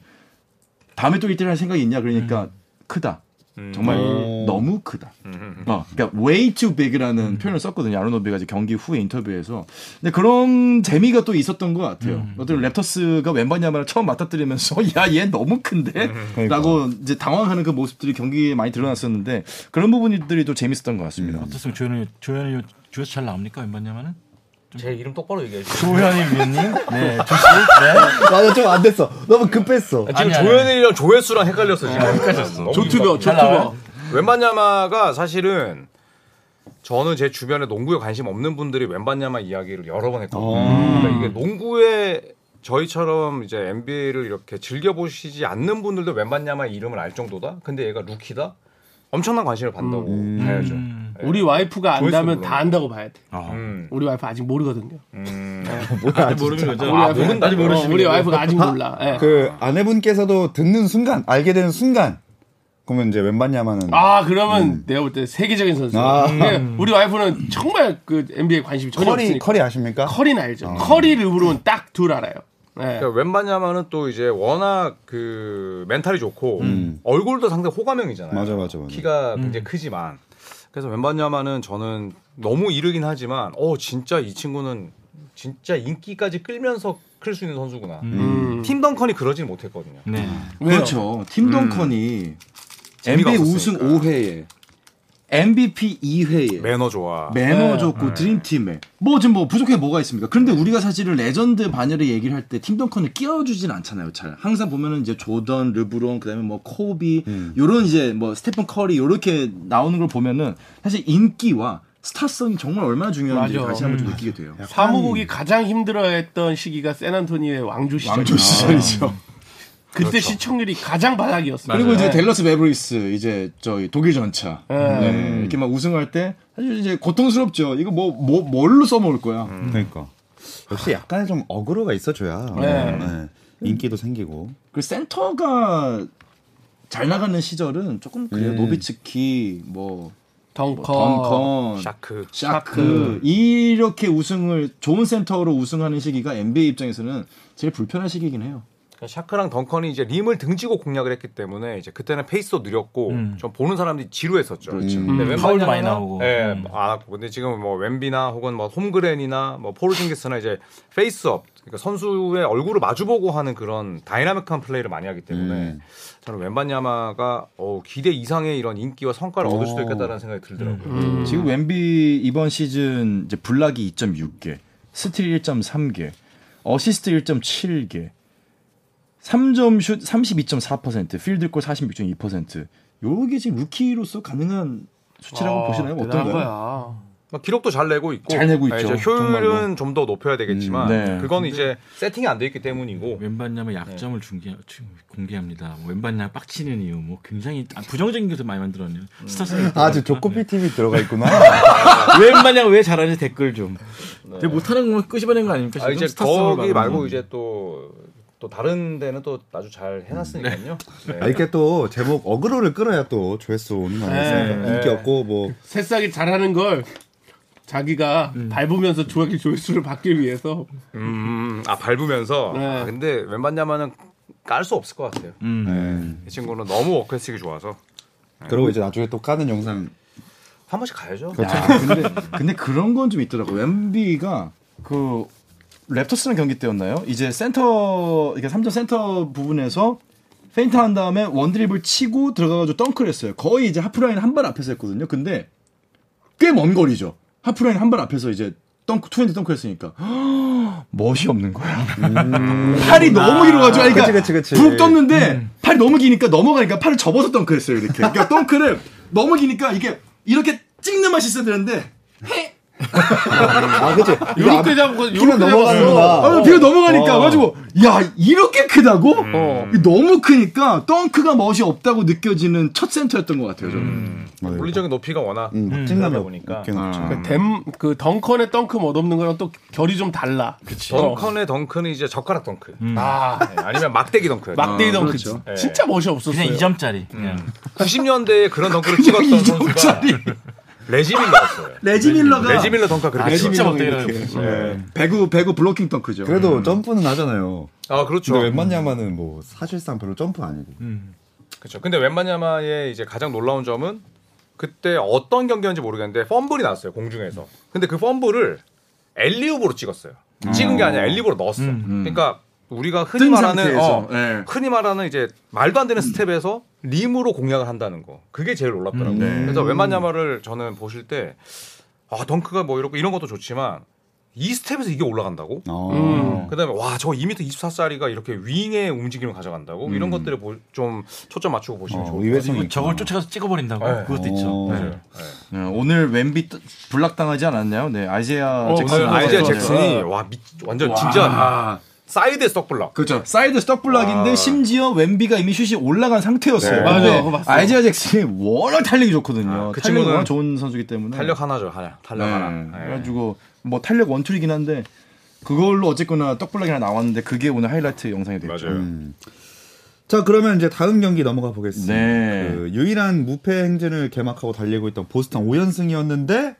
Speaker 5: 다음에 또 1대1 할 생각이 있냐 그러니까 크다. 정말
Speaker 4: 음.
Speaker 5: 너무 크다. 어, 그러니까 way too big라는
Speaker 6: 음.
Speaker 5: 표현을 썼거든요. 아로노비가 이제 경기 후에 인터뷰에서. 근데 그런 재미가 또 있었던 것 같아요.
Speaker 6: 음.
Speaker 5: 어떤 랩터스가 웬바냐마를 처음 맞닥뜨리면서 야 얘 너무 큰데
Speaker 6: 음. 그러니까.
Speaker 5: 라고 이제 당황하는 그 모습들이 경기에 많이 드러났었는데 그런 부분들이 또 재밌었던 것 같습니다.
Speaker 6: 음.
Speaker 3: 어떻습니까? 조현이 조현이 주에서 잘 나옵니까? 웬만하면은
Speaker 6: 제 이름 똑바로 얘기해 주세요.
Speaker 3: 조현이 위원님. 네. 조-
Speaker 4: 맞아, 좀 안 됐어. 너무 급했어.
Speaker 6: 지금
Speaker 3: 아니, 아니. 아,
Speaker 6: 조현일이랑 조회수랑 헷갈렸어 지금. 헷갈렸어.
Speaker 2: 조투버, 조투버.
Speaker 3: 잘 나와요?
Speaker 6: 웬반야마가 사실은 저는 제 주변에 농구에 관심 없는 분들이 웬반야마 이야기를 여러 번 했거든요.
Speaker 2: 아.
Speaker 6: 그러니까 이게 농구에 저희처럼 이제 NBA를 이렇게 즐겨보시지 않는 분들도 웬반야마 이름을 알 정도다? 근데 얘가 루키다? 엄청난 관심을 받는다고
Speaker 2: 음.
Speaker 6: 봐야죠.
Speaker 3: 음.
Speaker 2: 예. 우리 와이프가 안다면
Speaker 6: 조회수
Speaker 2: 다 안다고 봐야 돼.
Speaker 6: 음.
Speaker 2: 우리 와이프 아직 모르거든요.
Speaker 5: 아,
Speaker 4: 뭐야,
Speaker 2: 우리 와이프
Speaker 6: 모른다. 아직 모르시는
Speaker 2: 우리 와이프가 아직 몰라. 예.
Speaker 4: 그 아내분께서도 듣는 순간, 알게 되는 순간, 그러면 이제 웬반야마는
Speaker 2: 아 그러면 내가 볼 때 세계적인 선수.
Speaker 4: 아.
Speaker 2: 근데 우리 와이프는 정말 그 NBA 관심이 전혀
Speaker 4: 커리,
Speaker 2: 없으니까.
Speaker 4: 커리 아십니까?
Speaker 2: 커리는 알죠. 커리를 부르면 딱 둘 알아요. 예.
Speaker 6: 그러니까 웬반야마는 또 이제 워낙 음. 그 멘탈이 좋고 얼굴도 상당히 호감형이잖아요.
Speaker 4: 맞아, 맞아, 맞아.
Speaker 6: 키가 굉장히 크지만 그래서 웬반야마는 저는 너무 이르긴 하지만 어 진짜 이 친구는 진짜 인기까지 끌면서 클 수 있는 선수구나. 음. 팀 덩컨이 그러진 못했거든요.
Speaker 3: 네.
Speaker 5: 그렇죠. 팀 덩컨이
Speaker 6: 재미가
Speaker 5: 음. NBA 우승
Speaker 6: 없었으니까.
Speaker 5: 5회에 MVP 2회에
Speaker 6: 음. 매너 좋아.
Speaker 5: 매너 좋고 드림팀에 뭐 지금 뭐 부족해 뭐가 있습니까? 그런데 우리가 사실은 레전드 반열의 얘기를 할 때 팀 덩컨을 끼워주진 않잖아요. 잘 항상 보면은 이제 조던, 르브론, 그다음에 뭐 코비 요런 이제 뭐 스테픈 커리 요렇게 나오는 걸 보면은 사실 인기와 스타성이 정말 얼마나 중요한지
Speaker 2: 맞아.
Speaker 5: 다시 한번 좀 느끼게 돼요.
Speaker 2: 사무국이 가장 힘들어했던 시기가 샌안토니의 왕조 시절.
Speaker 1: 왕조 시절이죠.
Speaker 2: 그때 시청률이 가장 바닥이었어요. 네.
Speaker 1: 그리고 이제 델러스 매브릭스 이제 저희 독일 전차 네, 이렇게 막 우승할 때 사실 이제 고통스럽죠. 이거 뭐, 뭐 뭘로 써먹을 거야.
Speaker 4: 그러니까 역시 약간의 좀 어그로가 있어줘야
Speaker 2: 네.
Speaker 4: 네. 인기도 생기고
Speaker 5: 그 센터가 잘 나가는 시절은 조금 그래요. 노비츠키, 뭐
Speaker 2: 덩컨.
Speaker 5: 덩컨,
Speaker 6: 샤크.
Speaker 5: 샤크 이렇게 우승을 좋은 센터로 우승하는 시기가 NBA 입장에서는 제일 불편한 시기긴 해요.
Speaker 6: 그러니까 샤크랑 덩컨이 이제 림을 등지고 공략을 했기 때문에 이제 그때는 페이스도 느렸고 좀 보는 사람들이 지루했었죠.
Speaker 5: 그렇죠.
Speaker 6: 근데 웬만하면은-
Speaker 3: 음. 파울도 많이 나오고.
Speaker 6: 예,
Speaker 3: 음.
Speaker 6: 안 왔고. 근데 지금 뭐 웸비나 혹은 뭐 홈그랜이나 뭐 포르징기스나 이제 페이스업 그러니까 선수의 얼굴을 마주보고 하는 그런 다이나믹한 플레이를 많이 하기 때문에
Speaker 5: 음.
Speaker 6: 저는 웬반야마가 어, 기대 이상의 이런 인기와 성과를 얻을
Speaker 5: 어.
Speaker 6: 수도 있겠다라는 생각이 들더라고요.
Speaker 3: 음.
Speaker 6: 음.
Speaker 5: 음. 지금 웬비 이번 시즌 이제 블락이 2.6개, 스틸 1.3개, 어시스트 1.7개, 3점 슛 32.4%, 필드골 46.2%. 요게 지금 루키로서 가능한 수치라고 보시나요?
Speaker 2: 대단한
Speaker 5: 어떤가요?
Speaker 2: 거야.
Speaker 6: 막 기록도 잘 내고 있고
Speaker 5: 잘 내고
Speaker 6: 예,
Speaker 5: 있죠.
Speaker 6: 이제 효율은
Speaker 5: 정말로.
Speaker 6: 좀 더 높여야 되겠지만
Speaker 5: 음, 네.
Speaker 6: 그건 이제 세팅이 안 돼 있기 때문이고
Speaker 3: 왼반야의 약점을 중계- 중- 공개합니다. 뭐 왼반야 빡치는 이유, 뭐 굉장히 아, 부정적인 것을 많이 만들었네요. 스타성.
Speaker 4: 아 지금 조코피 팀이 들어가 있구나
Speaker 3: 왼반야 아, 왜 잘하는지 댓글 좀. 되게 못하는 것만 끄집어낸 거 아닙니까?
Speaker 6: 아,
Speaker 3: 지금?
Speaker 6: 이제
Speaker 3: 스타성을
Speaker 6: 거기 말고
Speaker 3: 바라보면.
Speaker 6: 이제 또. 또 다른 데는 또 아주 잘 해놨으니까요. 네.
Speaker 4: 아, 이렇게 또 제목 어그로를 끌어야 또 조회수 오는 거 아니겠습니까? 인기 없고 뭐
Speaker 2: 새싹이 잘하는 걸 자기가 밟으면서 조각의 조회수를 받기 위해서
Speaker 6: 음, 아 밟으면서.
Speaker 2: 네.
Speaker 6: 아, 근데 웬만하면은 깔 수 없을 것 같아요. 네. 이 친구는 너무 워크에식이 좋아서
Speaker 4: 그러고 이제 나중에 또 까는 영상
Speaker 6: 한 번씩 가야죠. 네.
Speaker 5: 야, 근데 근데 그런 건 좀 있더라고. 웬비가 그 랩터스랑 경기 때였나요? 이제 센터 이게 3점 센터 부분에서 페인트 한 다음에 원드립을 치고 들어가가지고 덩크를 했어요. 거의 이제 하프라인 한 발 앞에서 했거든요. 근데 꽤 먼 거리죠. 하프라인 한 발 앞에서 이제 덩크 투핸드 덩크 했으니까 멋이 없는 거야. 팔이 너무 길어가지고 그러니까
Speaker 4: 그치, 그치, 그치.
Speaker 5: 붕 떴는데 팔이 너무 기니까 넘어가니까 팔을 접어서 덩크했어요 이렇게. 그러니까 덩크를 너무 기니까 이게 이렇게 찍는 맛이 있어야 되는데
Speaker 4: 아 그치 이거 앞-
Speaker 2: 요렇게 잡고
Speaker 4: 키면
Speaker 2: 요렇게
Speaker 4: 넘어가는구나
Speaker 5: 아, 비가 넘어가니까 가지고 야 이렇게 크다고? 어. 너무 크니까 덩크가 멋이 없다고 느껴지는 첫 센터였던 것 같아요. 저는.
Speaker 6: 물리적인 높이가 워낙
Speaker 4: 음, 확진감이
Speaker 6: 그러다
Speaker 4: 보니까 아.
Speaker 6: 보니까.
Speaker 2: 음. 댐그 덩컨의 덩크 멋없는 거랑 또 결이 좀 달라. 어.
Speaker 6: 덩컨의 덩크는 이제 젓가락 덩크. 아, 네, 아니면 막대기 덩크.
Speaker 2: 막대기 덩크
Speaker 6: 예.
Speaker 2: 진짜 멋이
Speaker 3: 그냥
Speaker 2: 없었어요.
Speaker 3: 2점짜리. 그냥.
Speaker 6: 90년대에 그런 덩크를 찍었던 선수가 레지밀러였어요.
Speaker 5: 레지 밀러가
Speaker 6: 아. 레지밀러 덩크가 그렇게
Speaker 5: 레지
Speaker 3: 진짜
Speaker 6: 찍었어요.
Speaker 5: 밀러가
Speaker 3: 못 때려요.
Speaker 5: 이렇게. 배구 배구 블로킹 덩크죠.
Speaker 4: 그래도 점프는 하잖아요
Speaker 6: 아 그렇죠.
Speaker 4: 근데 웬만하면은 뭐 사실상 별로 점프 아니고
Speaker 6: 그렇죠. 근데 웬만야마의 이제 가장 놀라운 점은 그때 어떤 경기였는지 모르겠는데 펌블이 났어요 공중에서. 근데 그 펌블을 엘리우브로 찍었어요. 찍은 게 아니라 엘리우브로 넣었어. 그러니까 우리가
Speaker 5: 음.
Speaker 6: 흔히
Speaker 5: 뜬
Speaker 6: 말하는
Speaker 5: 상태에서, 음.
Speaker 6: 어,
Speaker 5: 예.
Speaker 6: 흔히 말하는 이제 말도 안 되는 스텝에서 림으로 공략을 한다는 거. 그게 제일
Speaker 5: 음,
Speaker 6: 놀랍더라고요.
Speaker 5: 네.
Speaker 6: 그래서 웬만야마를 저는 보실 때 아, 덩크가 뭐 이렇고 이런 것도 좋지만 이 스텝에서 이게 올라간다고?
Speaker 4: 어.
Speaker 6: 그다음에 와, 저 2m 24짜리가 이렇게 윙의 움직임을 가져간다고?
Speaker 5: 음.
Speaker 6: 이런 것들을 보- 좀 초점 맞추고
Speaker 5: 어,
Speaker 6: 보시면 좋을 것 같아요.
Speaker 4: 의외성이
Speaker 3: 그리고 저걸 쫓아가서 찍어버린다고.
Speaker 6: 네.
Speaker 3: 그것도
Speaker 4: 어.
Speaker 3: 있죠. 네.
Speaker 6: 맞아요. 네.
Speaker 5: 네, 오늘 웬비 떠- 블락당하지 않았나요? 네 아이제야 네. 잭슨
Speaker 6: 오늘 아이디어
Speaker 5: 나왔죠.
Speaker 6: 잭슨이 와 미, 완전 진짜
Speaker 5: 아,
Speaker 6: 사이드에 썩블락
Speaker 5: 그렇죠. 사이드 스톱 블락인데 심지어 웬비가 이미 슛이 올라간 상태였어요.
Speaker 6: 아. 네.
Speaker 5: 근데
Speaker 2: 맞아요. 그거 봤어요.
Speaker 5: 아이제야 잭슨이 워낙 탄력이 좋거든요. 탄력이
Speaker 6: 그 친구는
Speaker 5: 워낙 좋은 선수기 때문에
Speaker 6: 탄력 하나죠 하나 탄력
Speaker 5: 네.
Speaker 6: 하나 네.
Speaker 5: 그래가지고 뭐 탄력 원툴이긴 한데 그걸로 어쨌거나 떡블락이나 나왔는데 그게 오늘 하이라이트 영상이 됐죠.
Speaker 6: 맞아요
Speaker 4: 자 그러면 이제 다음 경기 넘어가 보겠습니다.
Speaker 5: 네.
Speaker 4: 그 유일한 무패 행진을 개막하고 달리고 있던 보스턴 5연승이었는데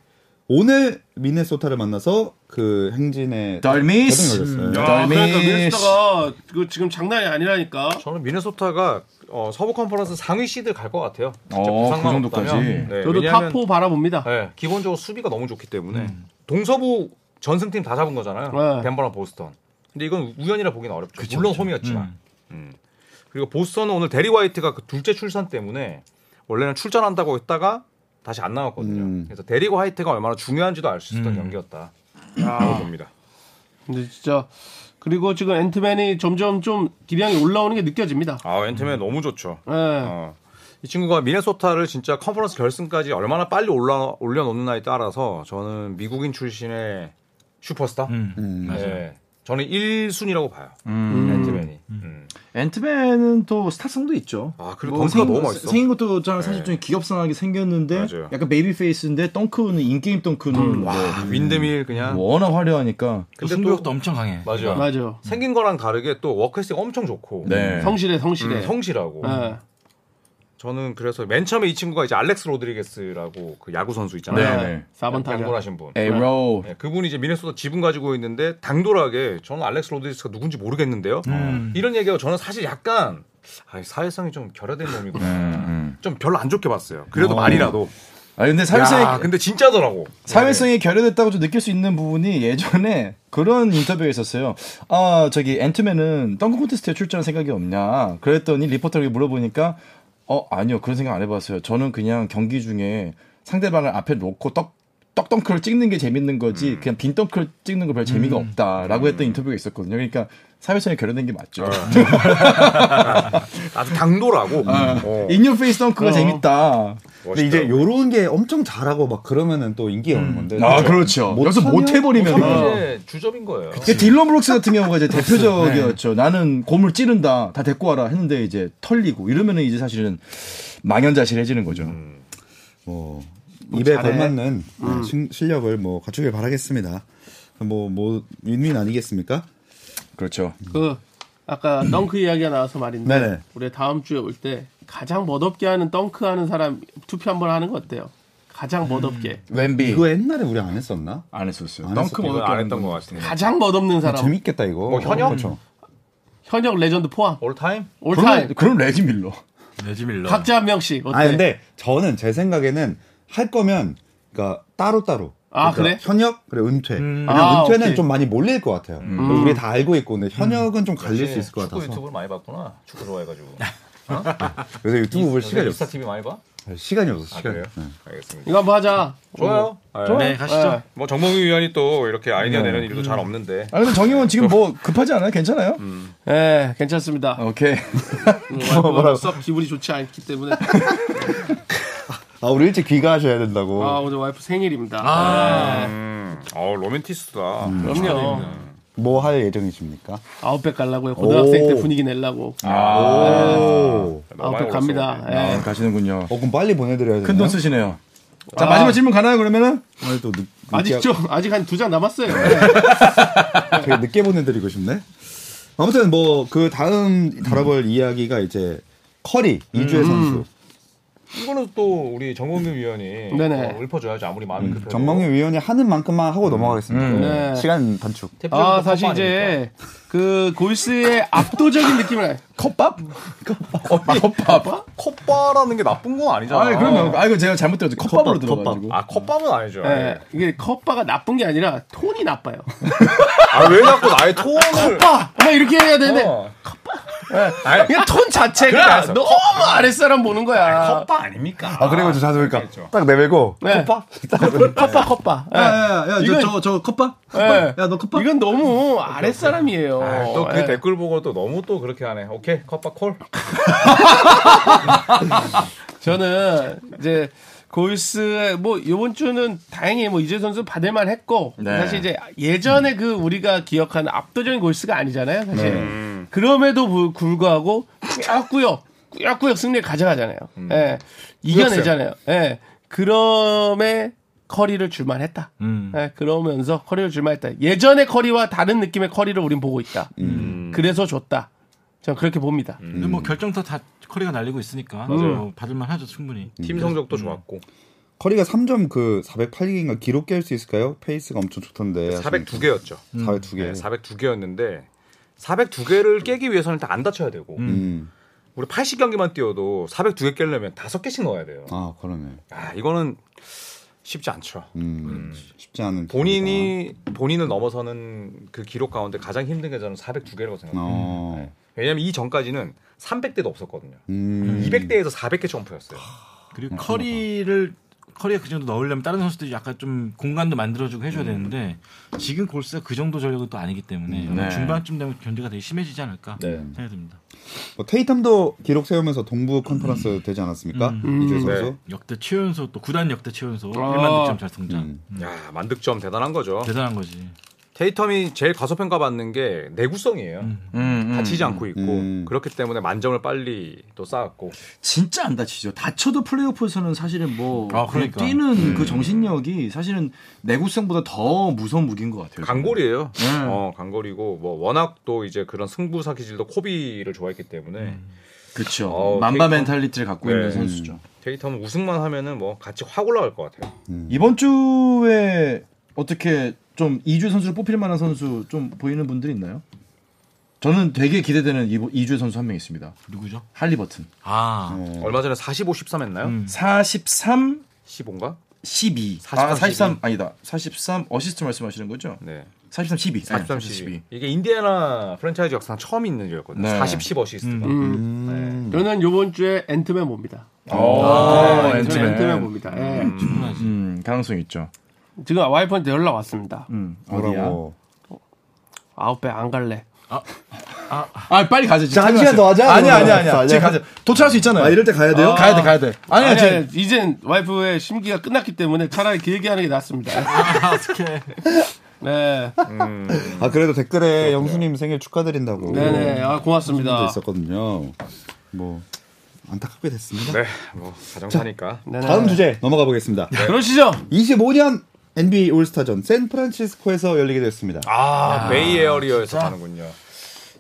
Speaker 4: 오늘 미네소타를 만나서 그 행진에
Speaker 5: 덜미스.
Speaker 6: 네.
Speaker 5: 음.
Speaker 4: 결정이 걸렸어요.
Speaker 2: 야,
Speaker 5: 달미
Speaker 2: 그러니까
Speaker 5: 씨.
Speaker 2: 미네소타가 그 지금 장난이 아니라니까.
Speaker 6: 저는 미네소타가 어, 서부 컨퍼런스 상위 시드 갈 것 같아요. 진짜
Speaker 5: 어,
Speaker 6: 부상만
Speaker 5: 그 정도까지.
Speaker 6: 없다면. 네,
Speaker 2: 저도
Speaker 6: 왜냐하면,
Speaker 2: 타포 바라봅니다.
Speaker 6: 네, 기본적으로 수비가 너무 좋기 때문에 동서부 전승팀 다 잡은 거잖아요.
Speaker 2: 네.
Speaker 6: 덴버랑 보스턴. 근데 이건 우연이라 보기는 어렵죠. 물론 홈이었지만. 음. 그리고 보스턴은 오늘 데리 화이트가 그 둘째 출산 때문에 원래는 출전한다고 했다가 다시 안 나왔거든요.
Speaker 4: 음.
Speaker 6: 그래서 데리 화이트가 얼마나 중요한지도 알 수 있었던 경기였다. 라고 봅니다.
Speaker 2: 근데 진짜 그리고 지금 앤트맨이 점점 좀 기량이 올라오는 게 느껴집니다.
Speaker 6: 아, 웬트맨 너무 좋죠.
Speaker 2: 예.
Speaker 6: 어. 이 친구가 미네소타를 진짜 컨퍼런스 결승까지 얼마나 빨리 올라 올려놓느냐에 따라서 저는 미국인 출신의 슈퍼스타.
Speaker 4: 음.
Speaker 6: 예. 저는 1순위라고 봐요.
Speaker 5: 음.
Speaker 6: 앤트맨이. 음.
Speaker 1: 앤트맨은 또 스타성도 있죠. 뭐
Speaker 6: 아, 그리고 덩크가
Speaker 1: 생긴-
Speaker 6: 너무 멋있어. 네.
Speaker 1: 생긴 것도 저는 사실 좀 기업상하게 생겼는데
Speaker 6: 맞아요. 음,
Speaker 1: 약간 베이비 페이스인데 덩크는 인게임 덩크는 뭐
Speaker 6: 와, 아, 윈드밀 그냥.
Speaker 5: 워낙 화려하니까.
Speaker 6: 근데 또-
Speaker 3: 승부욕도 그 엄청 강해.
Speaker 6: 맞아. 요
Speaker 2: 맞아.
Speaker 6: 생긴 거랑 다르게 또 워크에스가 엄청 좋고. 음.
Speaker 5: 네.
Speaker 2: 성실해, 음, 성실해.
Speaker 6: 성실하고.
Speaker 2: 예.
Speaker 6: 저는 그래서 맨 처음에 이 친구가 이제 알렉스 로드리게스라고 그 야구 선수 있잖아요.
Speaker 5: 네. 네.
Speaker 2: 4번 예. 타자.
Speaker 6: 당돌하신 분.
Speaker 5: 에이로.
Speaker 6: 예, 그분이 이제 미네소타 지분 가지고 있는데 당돌하게 저는 알렉스 로드리스가 누군지 모르겠는데요.
Speaker 5: 음.
Speaker 6: 이런 얘기하고 저는 사실 약간 아, 사회성이 좀 결여된 놈이구나. 좀 별로 안 좋게 봤어요. 그래도
Speaker 5: 음, 어.
Speaker 6: 말이라도.
Speaker 5: 아 근데 사회성이
Speaker 6: 야, 근데 진짜더라고.
Speaker 5: 사회성이 결여됐다고 좀 느낄 수 있는 부분이 예전에 그런 인터뷰가 있었어요. 아 저기 앤트맨은 덩크 콘테스트에 출전할 생각이 없냐? 그랬더니 리포터에게 물어보니까 어 아니요 그런 생각 안 해봤어요. 저는 그냥 경기 중에 상대방을 앞에 놓고 떡 떡덩크를 찍는 게 재밌는 거지 그냥 빈 덩크를 찍는 거 별 재미가 없다라고 했던 인터뷰가 있었거든요. 그러니까 사회성이 결여된 게 맞죠.
Speaker 6: 아주 당돌하고. 어.
Speaker 5: 인유 페이스 덩크가 재밌다.
Speaker 4: 근데 이제 요런 게 엄청 잘하고 막 그러면은 또 인기가 오는 건데.
Speaker 5: 아 그렇죠. 여기서 못 해버리면
Speaker 6: 참 이제 주접인 거예요.
Speaker 5: 그 딜런 브룩스 같은 경우가 이제 대표적이었죠. 나는 곰을 찌른다, 다 데리고 와라 했는데 이제 털리고 이러면은 이제 사실은 망연자실해지는 거죠.
Speaker 4: 뭐 입에 걸맞는
Speaker 5: 음.
Speaker 4: 네, 신- 실력을 뭐 갖추길 바라겠습니다. 뭐뭐 윈윈 아니겠습니까?
Speaker 5: 그렇죠.
Speaker 2: 그 아까 덩크 이야기가 나와서 말인데
Speaker 4: 네네.
Speaker 2: 우리 다음 주에 올 때 가장 멋없게 하는 덩크 하는 사람 투표 한번 하는 거 어때요?
Speaker 4: 음.
Speaker 2: 가장 멋없게.
Speaker 5: 웬비
Speaker 4: 이거 옛날에 우리 안 했었나?
Speaker 1: 안 했었어요.
Speaker 4: 안
Speaker 1: 덩크
Speaker 4: 했었죠.
Speaker 6: 이건
Speaker 1: 못할
Speaker 6: 안 했던 것 같아요.
Speaker 2: 가장 멋없는 사람.
Speaker 4: 재밌겠다 이거.
Speaker 6: 뭐 현역?
Speaker 4: 그렇죠.
Speaker 2: 현역 레전드 포함.
Speaker 6: 올타임?
Speaker 2: 올타임.
Speaker 5: 그럼 그럼 레지 밀러.
Speaker 3: 레지 밀러.
Speaker 2: 각자 한 명씩. 어때?
Speaker 4: 아 근데 저는 제 생각에는 할 거면 그러니까 따로 따로. 그러니까
Speaker 2: 아, 그래?
Speaker 4: 현역 그래 은퇴. 왜냐면
Speaker 2: 아,
Speaker 4: 은퇴는
Speaker 2: 오케이. 음.
Speaker 4: 좀 많이 몰릴 것 같아요. 우리 다 알고 있고 근데 현역은 좀 갈릴 수 있을 것
Speaker 6: 네. 축구
Speaker 4: 같아서.
Speaker 6: 유튜브를 많이 봤구나. 축구 좋아해가지고.
Speaker 4: 요새 유튜브 볼 시간이 없어.
Speaker 6: 스타
Speaker 4: 네,
Speaker 6: TV 많이 봐?
Speaker 4: 시간이 없어
Speaker 6: 아,
Speaker 4: 시간이.
Speaker 6: 그래요?
Speaker 4: 없어. 네.
Speaker 6: 알겠습니다.
Speaker 2: 이거 한번 하자.
Speaker 6: 좋아요. 네.
Speaker 3: 네, 가시죠.
Speaker 6: 뭐 정몽유 위원이 또 이렇게 아이디어 내는 일도 잘 없는데.
Speaker 5: 아 근데 정의원 지금 뭐 급하지 않아요? 괜찮아요?
Speaker 2: 예, 괜찮습니다.
Speaker 4: 아,
Speaker 5: 오케이.
Speaker 2: 와이프가 썩 기분이 좋지 않기 때문에
Speaker 4: 아 우리 일찍 귀가하셔야 된다고.
Speaker 2: 아 오늘 와이프 생일입니다. 예,
Speaker 6: 음. 어 로맨티스트다.
Speaker 2: 음.
Speaker 6: 음.
Speaker 2: 그럼요.
Speaker 4: 뭐 할 예정이십니까?
Speaker 2: 아웃백 갈라고요. 고등학생 때
Speaker 4: 오. 아,
Speaker 2: 분위기 내려고
Speaker 4: 오.
Speaker 2: 아웃백 갑니다. 예.
Speaker 5: 아, 가시는군요.
Speaker 4: 어, 그럼 빨리 보내드려야 되나?
Speaker 5: 큰 돈 쓰시네요. 자 마지막 질문 가나요 그러면은?
Speaker 4: 오늘 또 늦,
Speaker 2: 아직
Speaker 4: 늦게,
Speaker 2: 좀 아직 한 두 장 남았어요.
Speaker 4: 되게 늦게 보내드리고 싶네. 아무튼 뭐 그 다음 다뤄볼 이야기가 이제 커리 이주의
Speaker 2: 음.
Speaker 4: 선수.
Speaker 6: 이거는 또 우리 정몽유 위원이
Speaker 2: 네네.
Speaker 6: 어, 읊어줘야지 아무리 마음이 급해도.
Speaker 4: 전망위 위원이 하는 만큼만 하고 넘어가겠습니다.
Speaker 2: 네.
Speaker 4: 시간 단축.
Speaker 2: 아 사실 이제 그 골스의 압도적인 느낌을
Speaker 5: 컵밥? 컵밥. 컵밥?
Speaker 6: 컵바라는 게 나쁜 건 아니잖아.
Speaker 5: 아니 그러면 아 이거 제가 잘못 들었죠. 컵밥으로
Speaker 4: 컵밥,
Speaker 5: 들어가지고.
Speaker 6: 아 컵밥은 아니죠.
Speaker 2: 예. 이게 컵바가 나쁜 게 아니라 톤이 나빠요.
Speaker 6: 아왜 자꾸 나의 톤을?
Speaker 2: 컵바 막 이렇게 해야 되는데
Speaker 6: 어. 아,
Speaker 2: 그냥 톤 자체가
Speaker 6: 그래,
Speaker 2: 너무 아랫사람 보는 거야.
Speaker 6: 컵바 아닙니까?
Speaker 4: 아 그리고 저 자소니까 딱 내밀고
Speaker 2: 네.
Speaker 4: 컵밥?
Speaker 2: 컵바 컵바. 예. 이건-
Speaker 1: 야야야저저 컵밥?
Speaker 2: 예.
Speaker 1: 야너 컵밥?
Speaker 2: 이건 너무 아랫사람이에요.
Speaker 6: 또 그
Speaker 2: 예.
Speaker 6: 댓글 보고 또 너무 또 그렇게 하네. 오케이 컵바 콜.
Speaker 4: 음.
Speaker 2: 저는 이제 골스 뭐 이번 주는 다행히 뭐 이재 선수 받을만 했고 사실 이제 예전에 그 우리가 기억하는 압도적인 골스가 아니잖아요 사실 그럼에도 불- 불구하고 꾸역꾸역 꾸역꾸역 승리를 가져가잖아요 예 이겨내잖아요 예 그럼에 커리를 줄만했다 예 그러면서 커리를 줄만했다 예전의 커리와 다른 느낌의 커리를 우린 보고 있다 그래서 줬다 저는 그렇게 봅니다
Speaker 3: 음. 근데 뭐 결정타 다 커리가 날리고 있으니까 뭐 받을만 하죠 충분히.
Speaker 4: 음.
Speaker 6: 팀 성적도 좋았고.
Speaker 4: 커리가 3점 그 408개인가 기록 깰 수 있을까요? 페이스가 엄청 좋던데.
Speaker 6: 402개였죠.
Speaker 4: 음. 402개.
Speaker 6: 네, 402개였는데 402개를 깨기 위해서는 일단 안 다쳐야 되고
Speaker 4: 음.
Speaker 6: 우리 80경기만 뛰어도 402개 깨려면 다섯 개씩 넣어야 돼요.
Speaker 4: 아, 그러네.
Speaker 6: 아, 이거는 쉽지 않죠.
Speaker 4: 음. 쉽지 않은.
Speaker 6: 본인이
Speaker 4: 음.
Speaker 6: 본인을 넘어서는 그 기록 가운데 가장 힘든 게 저는 402개라고
Speaker 4: 기록이다.
Speaker 6: 생각해요.
Speaker 4: 어.
Speaker 6: 왜냐면 이 전까지는 300대도 없었거든요.
Speaker 4: 음.
Speaker 6: 200대에서 400개 점프였어요.
Speaker 5: 음,
Speaker 3: 그리고 커리를 커리에 그 정도 넣으려면 다른 선수들이 약간 좀 공간도 만들어주고 해줘야
Speaker 5: 음.
Speaker 3: 되는데 지금 골스가 그 정도 전력은 또 아니기 때문에 아마
Speaker 5: 네.
Speaker 3: 중반쯤 되면 견제가 되게 심해지지 않을까
Speaker 5: 네.
Speaker 3: 생각이 듭니다.
Speaker 4: 뭐 테이텀도 기록 세우면서 동부 컨퍼런스 되지 않았습니까? 이주혜 선수.
Speaker 3: 역대 최연소 또 구단 역대 최연소
Speaker 2: 아.
Speaker 3: 1만 득점 달성자
Speaker 4: 음.
Speaker 6: 야, 만득점 대단한 거죠.
Speaker 3: 대단한 거지.
Speaker 6: 테이텀이 제일 과소평가받는 게 내구성이에요. 다치지 않고 있고
Speaker 4: 음.
Speaker 6: 그렇기 때문에 만점을 빨리 또 쌓았고
Speaker 7: 진짜 안 다치죠. 다쳐도 플레이오프에서는 사실은 뭐
Speaker 3: 아, 그러니까.
Speaker 7: 그 뛰는
Speaker 1: 네.
Speaker 7: 그 정신력이 사실은 내구성보다 더 무서운 무기인 것
Speaker 5: 그렇죠.
Speaker 7: 같아요.
Speaker 6: 강골이에요. 어, 강골이고 뭐 워낙 또 이제 그런 승부사 기질도 코비를 좋아했기 때문에
Speaker 7: 그렇죠.
Speaker 6: 어,
Speaker 7: 만바
Speaker 6: 테이크-
Speaker 7: 멘탈리티를 갖고
Speaker 6: 네.
Speaker 7: 있는 선수죠.
Speaker 1: 음.
Speaker 6: 테이텀은 우승만 하면은 뭐 같이 확 올라갈 것 같아요.
Speaker 1: 이번 주에 어떻게 좀 이주 선수를 뽑힐 만한 선수 좀 보이는 분들 있나요? 저는 되게 기대되는 이번- 이주 선수 한 명 있습니다.
Speaker 3: 누구죠?
Speaker 1: 할리버튼.
Speaker 3: 아
Speaker 6: 얼마 전에 45, 13 했나요?
Speaker 1: 43,
Speaker 6: 15인가?
Speaker 1: 12.
Speaker 6: 43,
Speaker 1: 아, 43 아니다. 43 어시스트 말씀하시는 거죠?
Speaker 6: 네.
Speaker 1: 43, 12.
Speaker 6: 43, 12. 이게 인디애나 프랜차이즈 역사상 처음 있는 일이었거든요.
Speaker 1: 네.
Speaker 6: 40, 10 어시스트가.
Speaker 2: 음.
Speaker 4: 음.
Speaker 2: 저는 요번 주에 엔트맨 봅니다.
Speaker 5: 어,
Speaker 1: 아,
Speaker 2: 네, 저는
Speaker 5: 엔트맨.
Speaker 2: 엔트맨 봅니다. 예.
Speaker 3: 충분하지.
Speaker 1: 음, 가능성 있죠.
Speaker 2: 지금 와이프한테 연락 왔습니다.
Speaker 1: 음, 어디야?
Speaker 4: 뭐라고?
Speaker 2: 아웃백 안 갈래.
Speaker 1: 아, 빨리 가자. 지금.
Speaker 4: 한 시간 더 하자.
Speaker 5: 아니
Speaker 4: 그러면.
Speaker 5: 아니 아니야.
Speaker 4: 아니야.
Speaker 5: 지금 가자. 도착할 수 있잖아요.
Speaker 4: 아, 이럴 때 가야 돼요?
Speaker 5: 가야 돼 가야 돼. 아니야
Speaker 2: 아니,
Speaker 5: 지금
Speaker 2: 아니, 이젠 와이프의 심기가 끝났기 때문에 차라리 길게 하는 게 낫습니다.
Speaker 3: 아, 스케.
Speaker 2: 네.
Speaker 4: 아, 그래도 댓글에 영수님 생일 축하드린다고.
Speaker 2: 네네. 아,
Speaker 4: 도
Speaker 2: 고맙습니다.
Speaker 4: 있었거든요. 뭐 안타깝게 됐습니다.
Speaker 6: 네. 뭐 가정사니까.
Speaker 2: 네네.
Speaker 4: 다음 주제 네. 넘어가 보겠습니다.
Speaker 2: 그러시죠.
Speaker 4: 25년 NBA 올스타전 샌프란시스코에서 열리게 됐습니다.
Speaker 6: 아, 베이에어리어에서 가는군요.